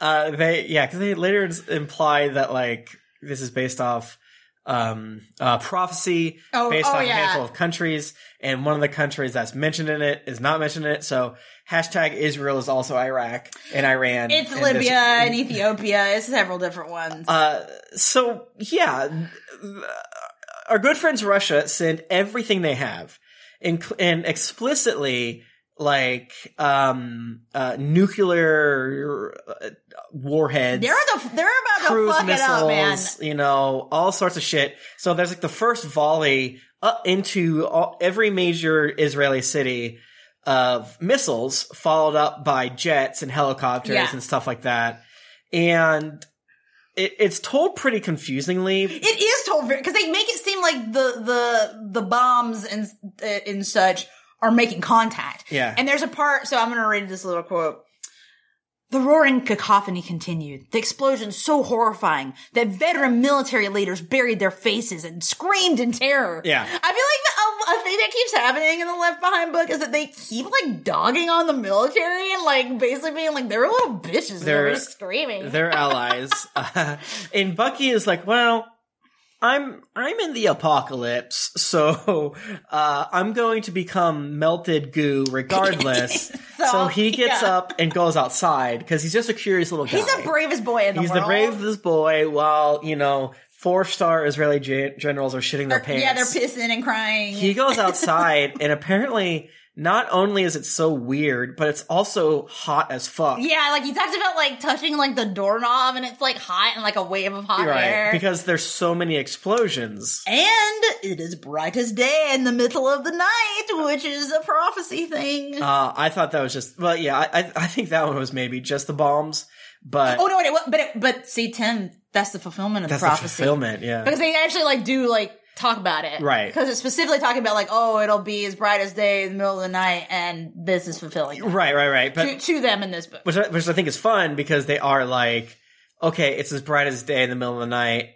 uh they yeah because they later ins- imply that like this is based off um uh prophecy
Oh,
based
oh,
off a
yeah.
handful of countries and one of the countries that's mentioned in it is not mentioned in it so hashtag israel is also iraq and iran
it's
and this-
Libya and Ethiopia. It's several different ones.
Uh, so yeah, th- our good friends Russia send everything they have, inc- and explicitly like um uh nuclear uh, warheads
they're the they're about to
cruise
fuck
missiles,
it up, man.
you know, all sorts of shit. So there's like the first volley up into all, every major Israeli city of missiles, followed up by jets and helicopters
Yeah.
and stuff like that. And it, it's told pretty confusingly.
It is told because they make it seem like the the the bombs and uh, and such are making contact.
Yeah.
And there's a part. So I'm going to read this little quote. The roaring cacophony continued, the explosion so horrifying that veteran military leaders buried their faces and screamed in terror.
Yeah.
I feel like the, um, a, a thing that keeps happening in the Left Behind book is that they keep like dogging on the military and like basically being like, they're little bitches. They're,
They're-
they're screaming.
They're allies. Uh, and Bucky is like, well, I'm I'm in the apocalypse, so uh, I'm going to become melted goo regardless. so,
So,
he gets
yeah.
up and goes outside because he's just a curious little guy.
He's the bravest boy in the
He's
world.
the bravest boy. While you know, four star Israeli gen- generals are shitting their pants.
Yeah, they're pissing and crying.
He goes outside, and apparently, not only is it so weird, but it's also hot as fuck.
yeah, like he talks about like touching like the doorknob and it's like hot and like a wave of hot
You're right,
air.
because there's so many explosions.
and it is bright as day in the middle of the night, which is a prophecy thing.
Uh, I thought that was just well, yeah. I I- I think that one was maybe just the bombs, but
oh no, wait, what- but it, but see, Tim, that's the fulfillment of
that's the
prophecy
fulfillment. Yeah,
because they actually like do like talk about it,
Right.
Because it's specifically talking about like, oh, it'll be as bright as day in the middle of the night, and this is fulfilling it.
right, right, right. But
to, to them in this book.
which I, which I think is fun because they are like, okay, it's as bright as day in the middle of the night,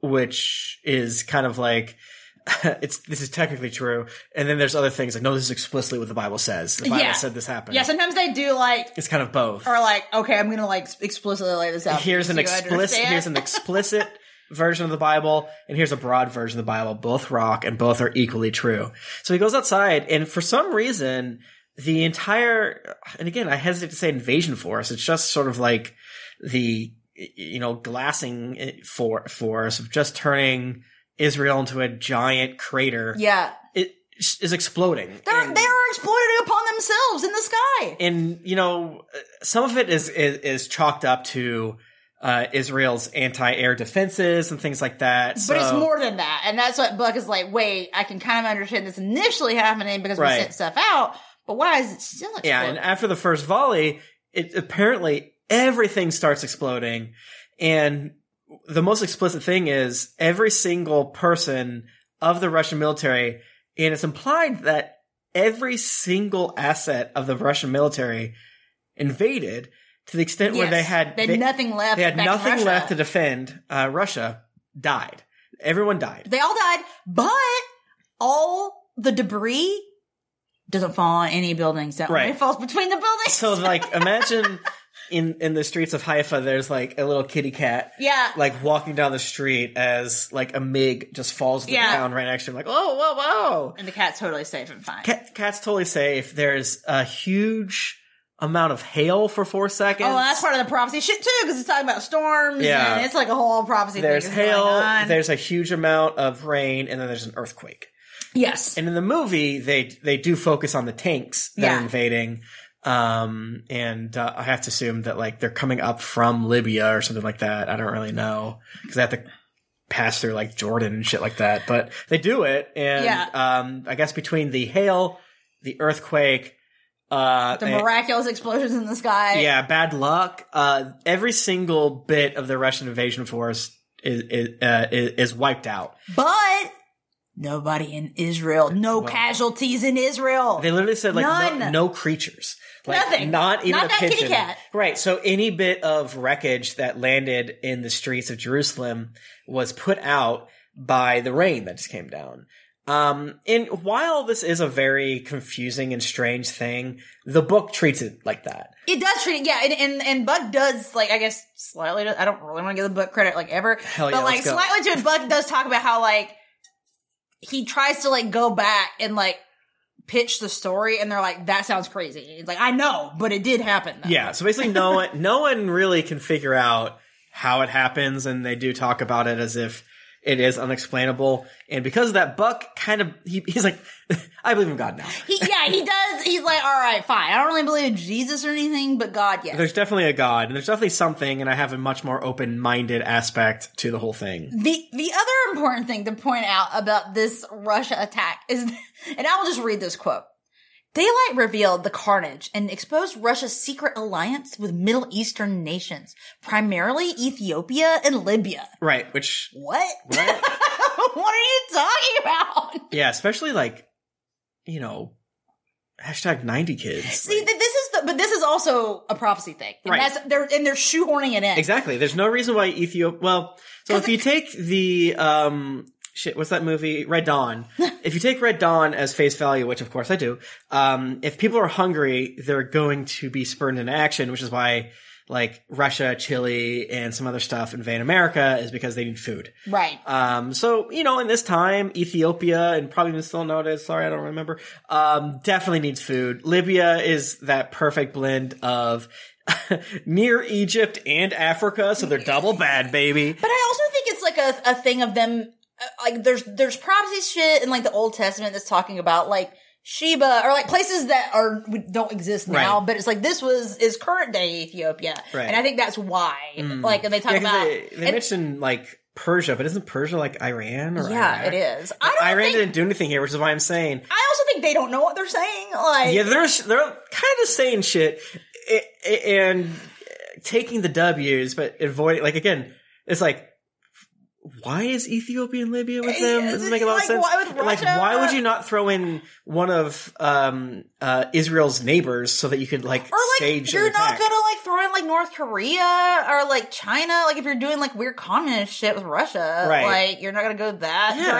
which is kind of like, it's this is technically true, and then there's other things like, no, this is explicitly what the Bible says. The Bible
Yeah.
said this happened.
Yeah, sometimes they do like
it's kind of both.
are like, okay, I'm gonna like explicitly lay this out.
Here's an
so you
explicit.
understand.
Here's an explicit. Version of the Bible, and here's a broad version of the Bible. Both rock and both are equally true. So he goes outside, and for some reason, the entire, and again, I hesitate to say invasion force, it's just sort of like the you know glassing it for force of just turning Israel into a giant crater
yeah.
it is exploding.
They're,
And-
they are exploding upon themselves in the sky.
and you know some of it is is, is chalked up to uh, Israel's anti-air defenses and things like that.
But it's
So-
more than that. And that's what Buck is like, wait, I can kind of understand this initially happening because we
Right.
sent stuff out, but why is it still exploding?
Yeah, and after the first volley, it apparently everything starts exploding. And the most explicit thing is every single person of the Russian military, and it's implied that every single asset of the Russian military invaded to the extent where
Yes.
they had
they,
they-
had nothing left.
they had
back in
nothing
Russia.
left to defend uh, Russia died. Everyone died.
they all died, but all the debris doesn't fall on any buildings. That
Right.
only falls between the buildings.
So like imagine in in the streets of Haifa there's like a little kitty cat
yeah.
like walking down the street as like a mig just falls to the
Yeah.
ground right next to him like oh whoa whoa
and the cat's totally safe and fine.
Cat, cat's totally safe there's a huge amount of hail for four seconds
Oh, that's part of the prophecy shit too, because it's talking about storms.
Yeah.
and it's like a whole prophecy.
there's
thing that's
hail
going on.
there's a huge amount of rain and then there's an earthquake
yes,
and in the movie they they do focus on the tanks that
Yeah.
are invading um and uh, i have to assume that like they're coming up from libya or something like that i don't really know because they have to pass through like jordan and shit like that but they do it and
Yeah.
um i guess between the hail the earthquake uh
the
and-
miraculous explosions in the sky.
yeah bad luck uh every single bit of the russian invasion force is is, uh, is, is wiped out
But nobody in Israel, no
Well-
casualties in Israel.
They literally said like no,
None.
no creatures, like
Nothing.
not even
Not
a
that kitty
pigeon.
cat.
Right. So any bit of wreckage that landed in the streets of Jerusalem was put out by the rain that just came down. Um, and while this is a very confusing and strange thing, the book treats it like that.
it does treat it, yeah, and, and and Buck does like I guess slightly. I don't really want to give the book credit like ever,
Hell
but
yeah,
like
let's go.
slightly to it, Buck does talk about how like he tries to like go back and like pitch the story, and they're like, "That sounds crazy." It's like I know, but it did happen. Though.
Yeah. So basically, no one, no one really can figure out how it happens, and they do talk about it as if it is unexplainable. And because of that, Buck kind of he, he's like, I believe in God now.
he, yeah, he does. He's like, "All right, fine. I don't really believe in Jesus or anything, but God, yes."
There's definitely a God, and there's definitely something, and I have a much more open minded aspect to the whole thing.
The the other important thing to point out about this Russia attack is, and I will just read this quote. Daylight revealed the carnage and exposed Russia's secret alliance with Middle Eastern nations, primarily Ethiopia and Libya.
Right, which,
What? what are you talking about?
yeah, especially like, you know, hashtag 90 kids.
See,
Like,
th- this is the, but this is also a prophecy thing. And
Right.
That's, they're, and they're shoehorning it in.
exactly. There's no reason why Ethiopia, well, so if you take the, um, shit, what's that movie? Red Dawn. if you take Red Dawn as face value, which of course I do, um, if people are hungry, they're going to be spurned into action, which is why, like, Russia, Chile, and some other stuff invade America is because they need food.
Right.
Um, so you know, in this time, Ethiopia and probably even still nowadays, sorry, I don't remember. Um, definitely needs food. Libya is that perfect blend of near Egypt and Africa, so they're double bad, baby.
But I also think it's like a, a thing of them, uh, like there's, there's prophecy shit in like the Old Testament that's talking about like Sheba or like places that are, we don't exist now,
Right.
but it's like this was, is current day Ethiopia.
Right. Mm.
And I think that's why, like, and they talk
Yeah, 'cause
about,
they, they
and-
mentioned like Persia, but isn't Persia like Iran or
yeah,
Iraq?
it is. I don't
Iran
think,
didn't do anything here, which is why I'm saying
I also think they don't know what they're saying. Like,
yeah, they're they're kind of saying shit i- i- and taking the W's, but avoiding like again, it's like. Why is Ethiopia and Libya with them? It doesn't make a lot
Eh,
of sense.
Like, why with
And, like,
Russia?
why would you not throw in one of um, uh, Israel's neighbors so that you could like,
or like
stage
you're
an
not
attack?
gonna like throw in like North Korea or like China. Like if you're doing like weird communist shit with Russia,
Right.
like you're not gonna go that
yeah, ha-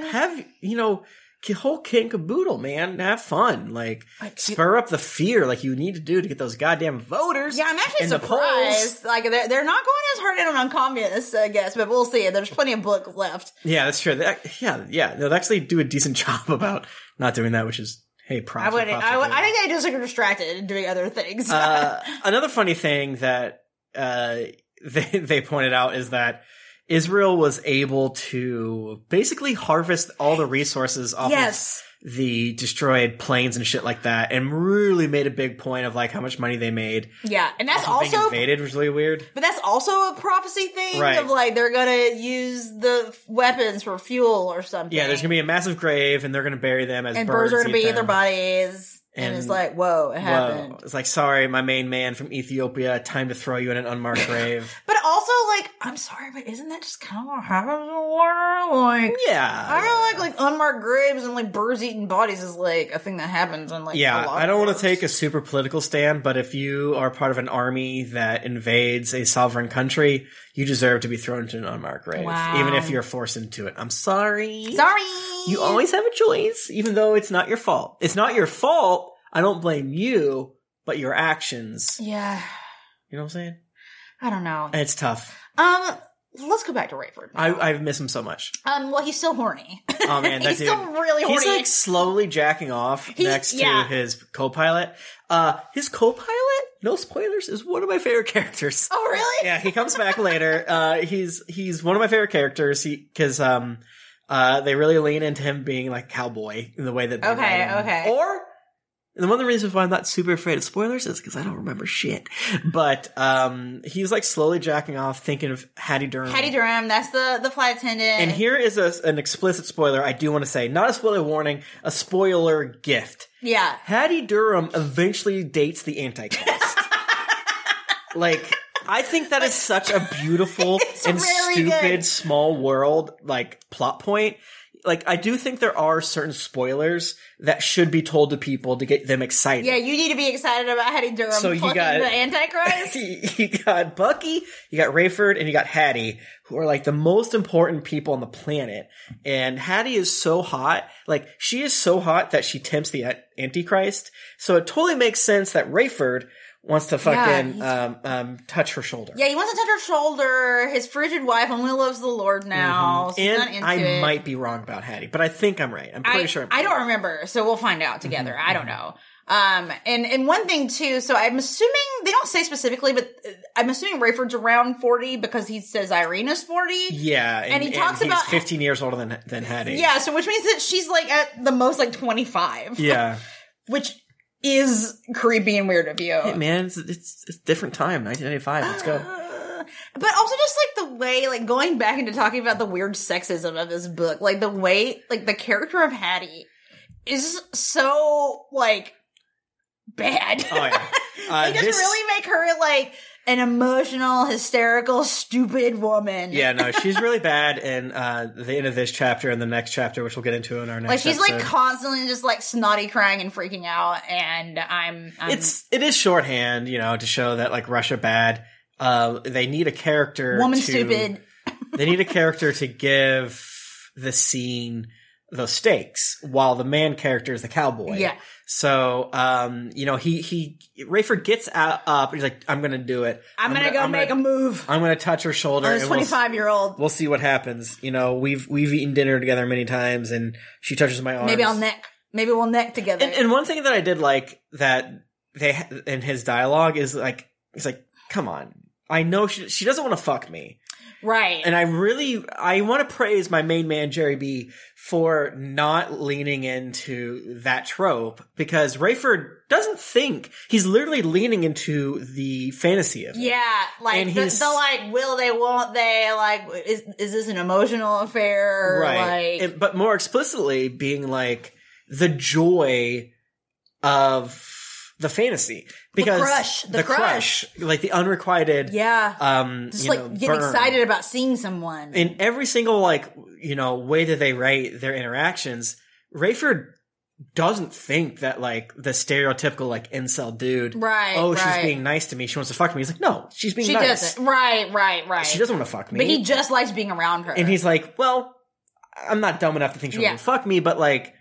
direction.
have you know ki- whole king caboodle, man? Have fun, like spur up the fear, like you need to do to get those goddamn voters.
Yeah, I'm actually
in the polls.
surprised. Like they're they're not going as hard in on communists, I guess, but we'll see. There's plenty of book left.
Yeah, that's true. That, yeah, yeah. They'll actually do a decent job about not doing that, which is hey, props.
I would,
props
I,
for
would,
doing
I
that.
think they just are distracted and doing other things.
Uh, another funny thing that uh, they they pointed out is that Israel was able to basically harvest all the resources off of the destroyed planes and shit like that, and really made a big point of like how much money they made.
Yeah, and that's
being
also
invaded was really weird.
But that's also a prophecy thing
Right.
of like they're gonna use the f- weapons for fuel or something.
Yeah, there's gonna be a massive grave, and they're gonna bury them as
and
birds,
birds are gonna
eat
be
them.
in their bodies, and,
And-
it's like, whoa, it happened.
Whoa. It's like, sorry, my main man from Ethiopia. Time to throw you in an unmarked grave.
But also, like, I'm sorry, but isn't that just kind of what happens in the war? Like, I
Yeah,
don't like like unmarked graves and like birds eating bodies is like a thing that happens in like a
yeah.
lot
I don't want
of
to take a super political stand, but if you are part of an army that invades a sovereign country, you deserve to be thrown into an unmarked grave,
Wow.
even if you're forced into it. I'm sorry.
sorry.
You always have a choice, even though it's not your fault. It's not your fault. I don't blame you, but your actions.
yeah.
You know what I'm saying?
I don't know.
And it's tough.
Um, let's go back to Rayford.
I, I miss him so much.
um, well, he's still horny.
Oh man, that
he's
dude.
still really horny.
He's like slowly jacking off
He-
next
yeah.
to his co-pilot. Uh, his co-pilot, no spoilers, is one of my favorite characters.
oh, really?
Yeah, he comes back later. Uh, he's he's one of my favorite characters. He because um, uh, they really lean into him being like a cowboy in the way that they
Okay,
write him.
okay.
Or and one of the reasons why I'm not super afraid of spoilers is because I don't remember shit. But um, he's like slowly jacking off, thinking of Hattie Durham.
Hattie Durham, that's the the flight attendant.
And here is a, an explicit spoiler I do want to say. Not a spoiler warning, a spoiler gift.
yeah,
Hattie Durham eventually dates the Antichrist. like, I think that is such a beautiful
It's
and
really
stupid
good.
small world, like, plot point. Like, I do think there are certain spoilers that should be told to people to get them excited.
yeah, you need to be excited about Hattie Durham.
So you
fucking
got-
the Antichrist.
you got Bucky, you got Rayford, and you got Hattie, who are like the most important people on the planet. And Hattie is so hot, like she is so hot that she tempts the an- Antichrist. So it totally makes sense that Rayford wants to fucking
Yeah,
um, um, touch her shoulder.
yeah, he wants to touch her shoulder. His frigid wife only loves the Lord now. so he's not
Mm-hmm. and
into
I
it.
might be wrong about Hattie, but I think I'm right. I'm pretty
I,
sure. Mm-hmm. I'm
I don't remember, so we'll find out together. I don't know. Um, and and one thing too. So I'm assuming they don't say specifically, but uh, I'm assuming Rayford's around forty because he says Irene is forty.
Yeah, and,
he talks
he's
about-
15 years older than than Hattie.
Yeah, so which means that she's like at the most like 25,
yeah.
which is creepy and weird of you.
Hey, man, it's, it's it's a different time. 1995. Let's go. Oh,
Uh, But also just like the way, like going back into talking about the weird sexism of this book, like the way, like the character of Hattie is so like bad.
Oh yeah. Uh,
they just
this-
really make her like an emotional, hysterical, stupid woman.
yeah, no, she's really bad in uh, the end of this chapter and the next chapter, which we'll get into in our next.
Like she's like
episode.
constantly just like snotty crying and freaking out, and I'm, I'm
it's it is shorthand, you know, to show that like Russia bad. Uh, they need a character.
woman
to-
stupid.
they need a character to give the scene the stakes, while the man character is the cowboy.
Yeah.
So, um, you know, he he Rayford gets out, up. He's like, I'm gonna do it.
I'm, gonna, go make Oh, a move.
I'm gonna touch her shoulder.
on this
and we'll-
25 year old,
we'll see what happens. You know, we've we've eaten dinner together many times, and she touches my arm.
maybe I'll neck. Maybe we'll neck together.
And, and one thing that I did like that they ha- in his dialogue is like he's like, "Come on, I know she she doesn't want to fuck me,"
right.
and I really I want to praise my main man Jerry B for not leaning into that trope because Rayford doesn't think he's literally leaning into the fantasy of it.
yeah, like
And
the,
he's-
the like will they won't they like is is this an emotional affair
right
like
It- but more explicitly being like the joy of the fantasy because
crush, the crush.
like the unrequited
yeah
um
just
you
like
know,
getting
burn.
excited about seeing someone
in every single like you know way that they write their interactions rayford doesn't think that like the stereotypical like incel dude
Right,
oh she's
right.
being nice to me she wants to fuck me he's like no she's being
she
nice
doesn't right right right
she doesn't want to fuck me
but he just likes being around her
And he's like, "Well, I'm not dumb enough to think she'll
Yeah.
fuck me, but like,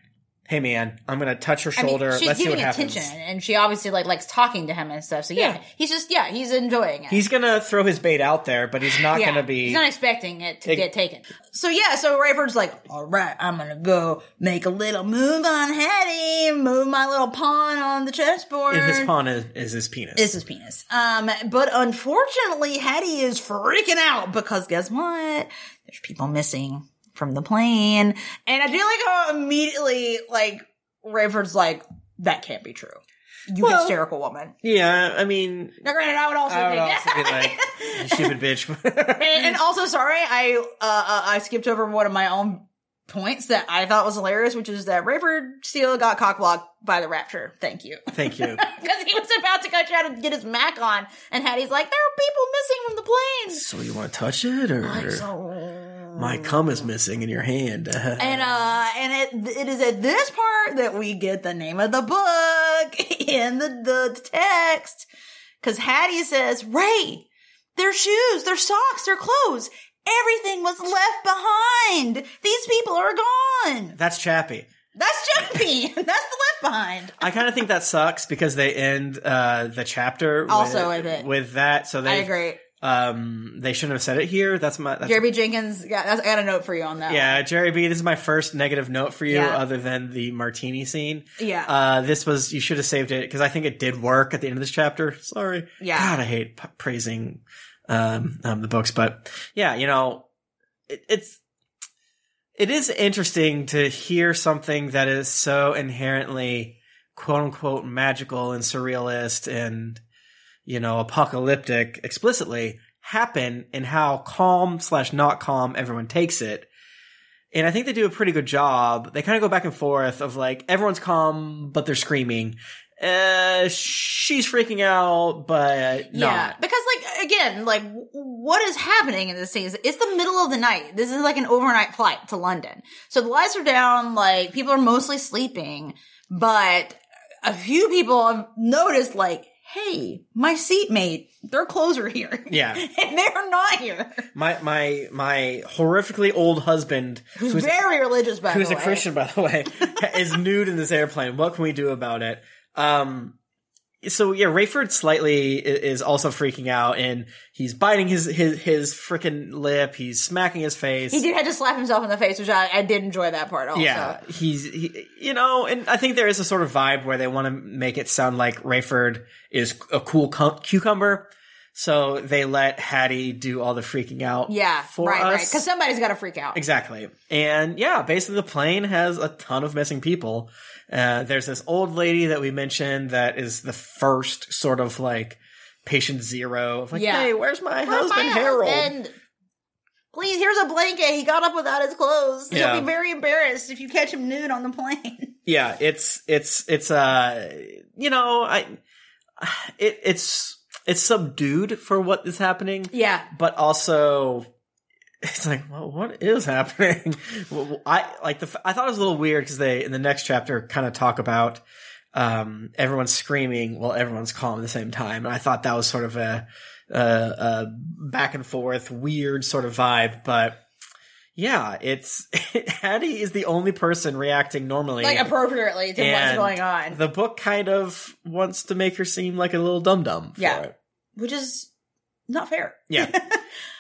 hey man, I'm gonna touch her
I mean,
shoulder.
she's
Let's see
giving
what happens."
attention, and she obviously like likes talking to him and stuff. So yeah,
Yeah.
he's just yeah, he's enjoying it.
He's gonna throw his bait out there, but he's not
yeah.
gonna be.
He's not expecting it to
It-
get taken. So yeah, so Rayford's like, all right, I'm gonna go make a little move on Hattie, move my little pawn on the chessboard.
and his pawn is, is his penis.
It's his penis. Um, but unfortunately, Hattie is freaking out because guess what? There's people missing from the plane. And I do like how immediately, like, Rayford's like, that can't be true. You
Well-
hysterical woman.
Yeah, I mean,
Now, granted, I would also
I would
think
also be like, you stupid bitch.
and, and also, sorry, I uh, uh, I skipped over one of my own points that I thought was hilarious, which is that Rayford Steele got cockblocked by the Rapture. Thank you.
Thank you.
Because he was about to go try to get his Mac on, and Hattie's like, there are people missing from the plane.
So you want to touch it, or
Like, so-
my cum is missing in your hand?
And uh, and it it is at this part that we get the name of the book in the the text, because Hattie says, "Ray, their shoes, their socks, their clothes, everything was left behind. These people are gone.
That's Chappie.
That's Jumpy. That's the left behind."
I kind of think that sucks because they end uh, the chapter with-
Also with it.
that. So they
I agree.
Um, they shouldn't have said it here. That's my that's,
Jeremy Jenkins, yeah, that's, I got a note for you on that.
yeah, Jerry B. This is my first negative note for you,
Oh. Yeah.
other than the martini scene.
yeah.
Uh, this was you should have saved it because I think it did work at the end of this chapter. Sorry.
Yeah.
God, I hate p- praising um, um the books, but yeah, you know, it, it's it is interesting to hear something that is so inherently quote unquote magical and surrealist and you know apocalyptic explicitly happen and how calm slash not calm everyone takes it and I think they do a pretty good job. They kind of go back and forth of like everyone's calm, but they're screaming. Uh, she's freaking out, but
Yeah,
not.
because like again, like w- what is happening in this scene? is It's the middle of the night. This is like an overnight flight to London, so the lights are down. Like people are mostly sleeping, but a few people have noticed, like, hey, my seatmate, their clothes are here.
Yeah.
and they're not here.
My my my horrifically old husband,
Who's,
who's
very religious, by
who's
the
a
way.
Christian by the way, is nude in this airplane. What can we do about it? Um, so yeah, Rayford slightly i- is also freaking out, and he's biting his his his freaking lip. He's smacking his face.
He did have to slap himself in the face, which I, I did enjoy that part. Also,
Yeah, he's he, you know, and I think there is a sort of vibe where they want to make it sound like Rayford is a cool cum- cucumber, so they let Hattie do all the freaking out.
yeah,
for
right, right,
us
because somebody's got to freak out.
exactly. And yeah, basically the plane has a ton of missing people. Uh, there's this old lady that we mentioned that is the first sort of like patient zero of like,
Yeah.
hey, where's my
Where's
husband
my
Harold?
husband? Please, here's a blanket. He got up without his clothes.
Yeah.
He'll be very embarrassed if you catch him nude on the plane.
yeah it's it's it's uh you know i it it's it's subdued for what is happening
Yeah.
but also it's like well, what is happening Well, i like the f- i thought it was a little weird because they in the next chapter kind of talk about um everyone's screaming while everyone's calm at the same time and i thought that was sort of a uh, uh, back and forth, weird sort of vibe, but yeah, it's Hattie is the only person reacting normally.
Like appropriately to what's
And
going on.
The book kind of wants to make her seem like a little dum dum.
Yeah.
For it.
which is not fair.
Yeah.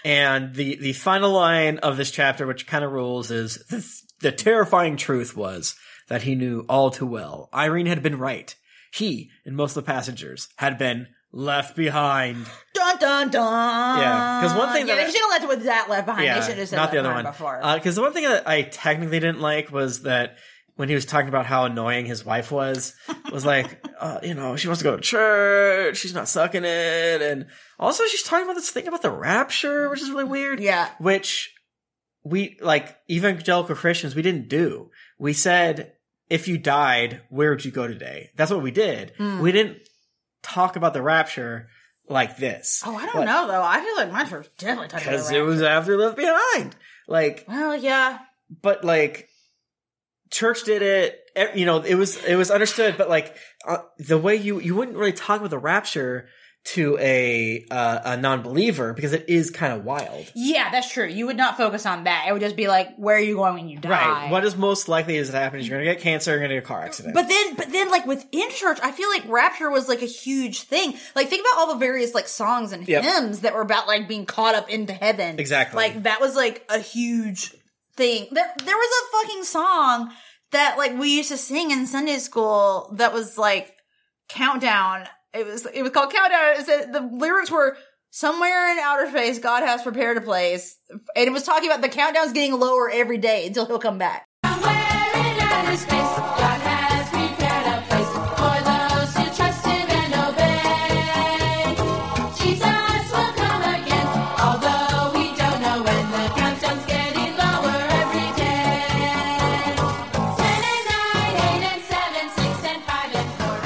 and the the final line of this chapter, which kind of rules, is this, the terrifying truth was that he knew all too well. Irene had been right. He and most of the passengers had been left behind.
Dun dun dun.
Yeah, 'cause one thing
yeah,
that-
they should have left with that left behind. they should have said
not the
left
other one. Uh,
behind before.
Because the one thing that I technically didn't like was that when he was talking about how annoying his wife was, was like, uh, you know, she wants to go to church, she's not sucking it, and also she's talking about this thing about the rapture, which is really weird.
yeah.
Which we like evangelical Christians, we didn't do. We said, if you died, where would you go today? That's what we did.
Hmm.
We didn't talk about the rapture like this.
Oh, I don't
But-
know though. I feel like my church definitely talked about
because
that.
it was after left behind. Like,
well, yeah.
but like, church did it. eh, You know, it was it was understood. But like, uh, the way you you wouldn't really talk about the rapture to a uh, a non believer because it is kind of wild.
Yeah, that's true. You would not focus on that. It would just be like, where are you going when you die?
Right. What is most likely is to happen is you're gonna get cancer, you're gonna get a car accident.
But then, but then, like within church, I feel like rapture was like a huge thing. Like think about all the various like songs and
Yep.
hymns that were about like being caught up into heaven.
Exactly.
Like that was like a huge thing. There, there was a fucking song that like we used to sing in Sunday school that was like countdown. It was it was called countdown. It said the lyrics were somewhere in outer space, God has prepared a place, and it was talking about the countdown's getting lower every day until he'll come back.
Somewhere in outer space, God has prepared a place for those who trust Him and obey. Jesus will come again, although we don't know when. The countdown's getting lower every day. Ten and nine, eight and seven, six and five and four.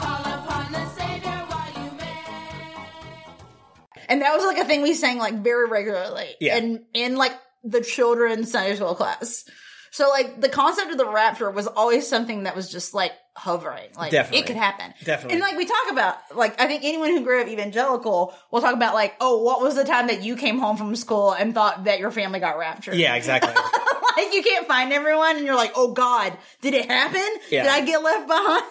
Call upon the Savior while you may.
And that was like a thing we sang like very regularly.
Yeah.
And in like the children's Sunday school class. So like the concept of the rapture was always something that was just like hovering. Like
Definitely.
it could happen.
Definitely.
And like we talk about, like I think anyone who grew up evangelical will talk about like, oh, what was the time that you came home from school and thought that your family got raptured?
Yeah, exactly.
like you can't find everyone and you're like, oh God, did it happen?
Yeah.
Did I get left behind?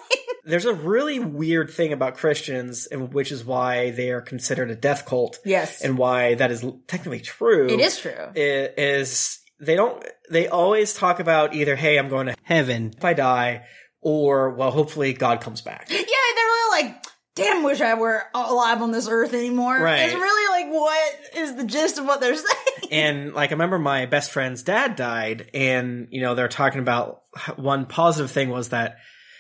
There's a really weird thing about Christians, and which is why they are considered a death cult.
Yes.
and why that is technically true.
it is true.
i- is they don't they always talk about either hey I'm going to heaven if I die or well hopefully God comes back.
Yeah, they're really like, damn, wish I were alive on this earth anymore.
Right.
It's really like, what is the gist of what they're saying?
and like I remember my best friend's dad died and you know they're talking about one positive thing was that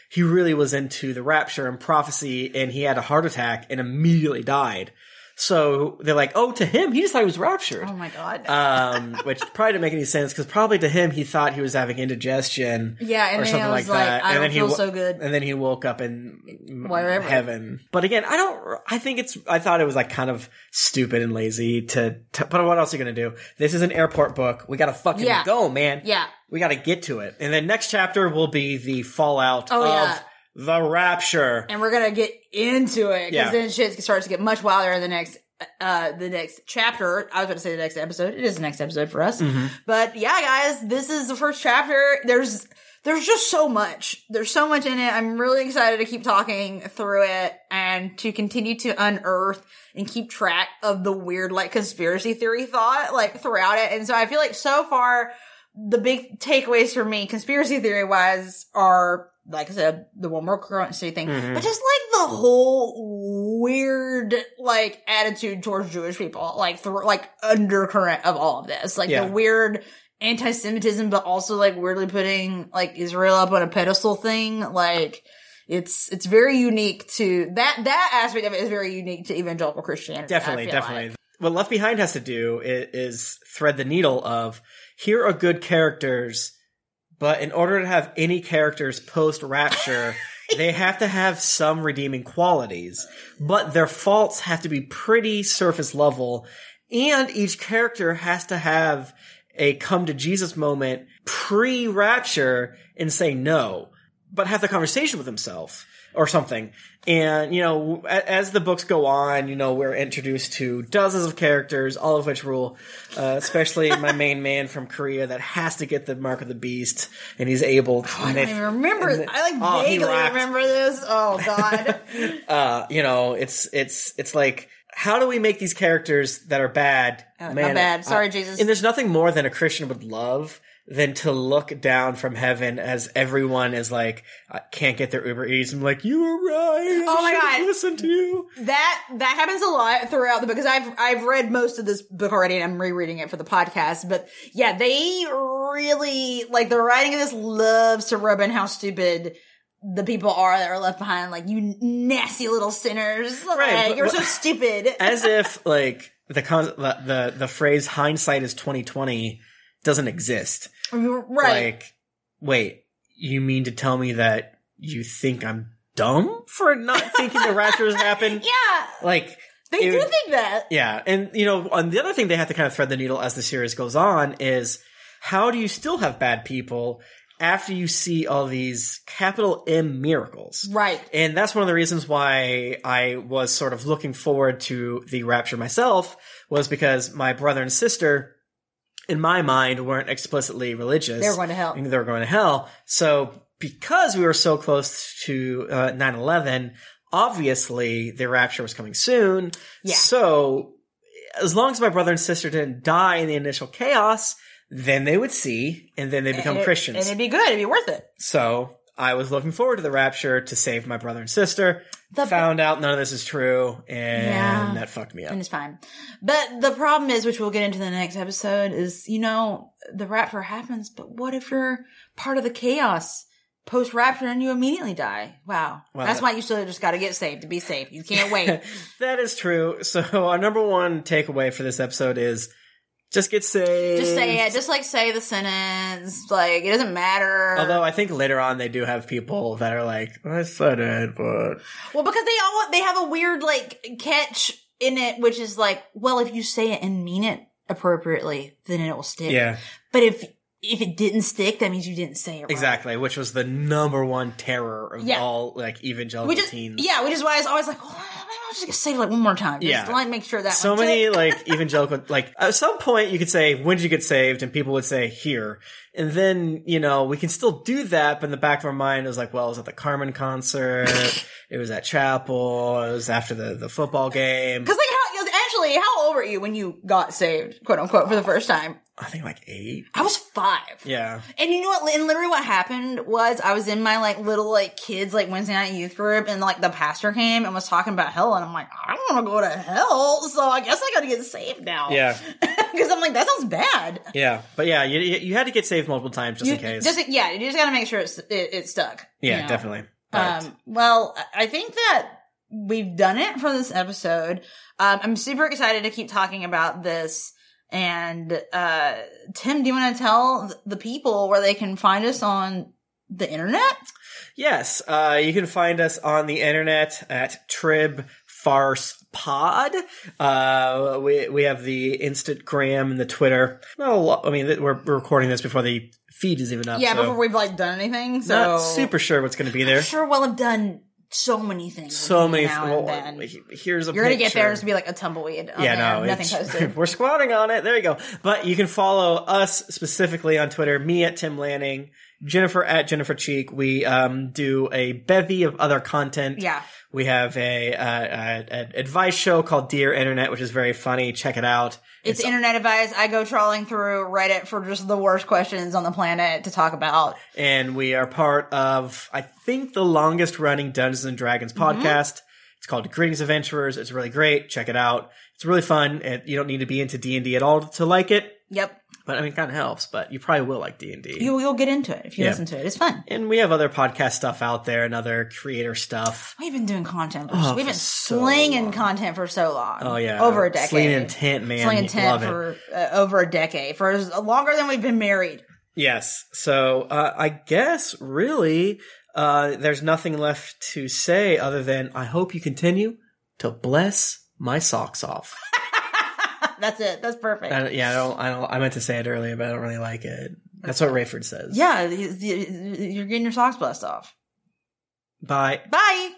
he really was into the rapture and prophecy and he had a heart attack and immediately died. So they're like, "Oh, to him, he just thought he was raptured."
Oh my god.
um, which probably didn't make any sense because probably to him he thought he was having indigestion,
Yeah, and
or
then
something
I was
like that.
like, I
and
don't
then he
feel
wo-
so good.
and then he woke up in
Wherever.
heaven. But again, I don't. I think it's. I thought it was like kind of stupid and lazy to. to but what else are you gonna do? This is an airport book. We gotta fucking
Yeah.
go, man.
Yeah.
we gotta get to it. And then next chapter will be the fallout
Oh,
of
yeah.
the rapture.
and we're gonna get into it because
Yeah.
then shit starts to get much wilder in the next uh the next chapter i was about to say the next episode it is the next episode for us but yeah guys this is the first chapter there's there's just so much there's so much in it i'm really excited to keep talking through it and to continue to unearth and keep track of the weird like conspiracy theory thought like throughout it and so i feel like so far the big takeaways for me, conspiracy theory wise, are like I said, the one world currency thing,
Mm-hmm.
but just like the whole weird like attitude towards Jewish people, like through like undercurrent of all of this, like
Yeah.
the weird anti-Semitism, but also like weirdly putting like Israel up on a pedestal thing, like. It's it's very unique to that that aspect of it is very unique to evangelical Christianity. I
definitely
feel
definitely
like.
what left behind has to do is, is thread the needle of here are good characters but in order to have any characters post rapture they have to have some redeeming qualities but their faults have to be pretty surface level and each character has to have a come to jesus moment pre rapture and say no but have the conversation with himself or something. And, you know, a- as the books go on, you know, we're introduced to dozens of characters, all of which rule, uh, especially my main man from Korea that has to get the Mark of the Beast, and he's able to.
Oh, I don't even remember.
and they-
I like
Oh, he
vaguely
rocked.
remember this. Oh god.
Uh, you know, it's, it's, it's like, how do we make these characters that are bad?
Oh,
uh,
not bad. Sorry, Jesus.
And there's nothing more than a Christian would love than to look down from heaven as everyone is like, I can't get their Uber Eats. I'm like, you were right.
Oh my God.
Listen to you.
that that happens a lot throughout the book because I've I've read most of this book already and I'm rereading it for the podcast. But yeah, they really like the writing of this loves to rub in how stupid the people are that are left behind. Like you nasty little sinners,
Right,
Like,
but-
you're so
but-
stupid.
As if like the con- the, the the phrase hindsight is twenty twenty doesn't exist.
right?
Like, wait, you mean to tell me that you think I'm dumb for not thinking the raptures happened?
yeah,
Like
they
it
do
would-
think that.
Yeah, and you know, on the other thing they have to kind of thread the needle as the series goes on is how do you still have bad people after you see all these capital M miracles?
Right.
And that's one of the reasons why I was sort of looking forward to the rapture myself was because my brother and sister in my mind weren't explicitly religious.
They were going to hell.
And they were going to hell. So because we were so close to uh, 9/11, obviously the rapture was coming soon.
Yeah.
So as long as my brother and sister didn't die in the initial chaos, then they would see and then they become
And it-
Christians.
and it'd be good. It'd be worth it.
So I was looking forward to the rapture to save my brother and sister. Found out none of this is true, and
Yeah.
that fucked me up.
And it's fine. But the problem is, which we'll get into in the next episode, is you know, the rapture happens, but what if you're part of the chaos post rapture and you immediately die? Wow.
Well,
That's
that-
why you still just gotta get saved to be safe. You can't wait.
That is true. So our number one takeaway for this episode is just get saved.
just say it. Just like say the sentence. Like it doesn't matter.
Although I think later on they do have people that are like, I said it, but
well, because they all they have a weird like catch in it, which is like, well, if you say it and mean it appropriately, then it will stick.
yeah,
But if if it didn't stick, that means you didn't say it right.
exactly. Which was the number one terror of
Yeah.
all like evangelical
We just,
teens.
yeah, which is why I was always like, well, I'm just gonna say it like one more time. Just
Yeah.
like make sure that
so
one
many
tick.
like evangelical like at some point you could say when did you get saved and people would say here and then you know we can still do that but in the back of our mind it was like well it was at the carmen concert it was at chapel it was after the the football game
Cause like how 'cause actually, how old were you when you got saved, quote unquote, for the first time?
i think like eight
I was five.
yeah
And you know what? And literally, what happened was I was in my like little like kids like Wednesday night youth group, and like the pastor came and was talking about hell, and I'm like, I don't want to go to hell, so I guess I gotta get saved now.
yeah
Because I'm like, that sounds bad.
yeah but yeah you, you had to get saved multiple times just
You-
in case
Just, yeah, you just gotta make sure it's, it, it stuck. you
yeah
know?
definitely But-
Um, well, I- I think that we've done it for this episode. Um, I'm super excited to keep talking about this. And uh, Tim, do you want to tell th- the people where they can find us on the internet?
Yes, uh, you can find us on the internet at Trib Farce Pod. Uh, we we have the Instagram and the Twitter. Not a lot. I mean, th- we're, we're recording this before the feed is even up.
yeah,
so
before we've like done anything. So
not super sure what's going to be there.
sure, we'll have done so many things.
So many.
now
well,
and then.
he- here's a.
You're gonna get there.
picture.
It's gonna be like a tumbleweed. on
yeah,
there,
no,
nothing
it's-
posted.
we're squatting on it. There you go. But you can follow us specifically on Twitter. Me at Tim Lanning, Jennifer at Jennifer Cheek. We um, do a bevy of other content.
Yeah.
We have a, uh, uh an advice show called Dear Internet, which is very funny. Check it out.
It's, internet advice. I go trawling through Reddit for just the worst questions on the planet to talk about.
And we are part of, I think, the longest running Dungeons and Dragons
Mm-hmm.
podcast. It's called Greetings Adventurers. It's really great. Check it out. It's really fun. And you don't need to be into D and D at all to like it.
Yep.
But I mean, it kind of helps. But you probably will like D and D.
You, you'll get into it if you
Yeah.
listen to it. It's fun.
And we have other podcast stuff out there and other creator stuff.
We've been doing content. For,
Oh,
we've been
for so
slinging
long.
content for so long.
Oh yeah,
over a decade.
Slinging intent, man.
Slinging
You
tent
love it.
for uh, over a decade for as, longer than we've been married.
Yes. So uh, I guess really uh, there's nothing left to say other than I hope you continue to bless my socks off.
That's it. That's perfect.
I don't- yeah, I don't, I don't. I meant to say it earlier, but I don't really like it. That's what Rayford says.
yeah, he's- you're getting your socks blessed off.
Bye.
Bye.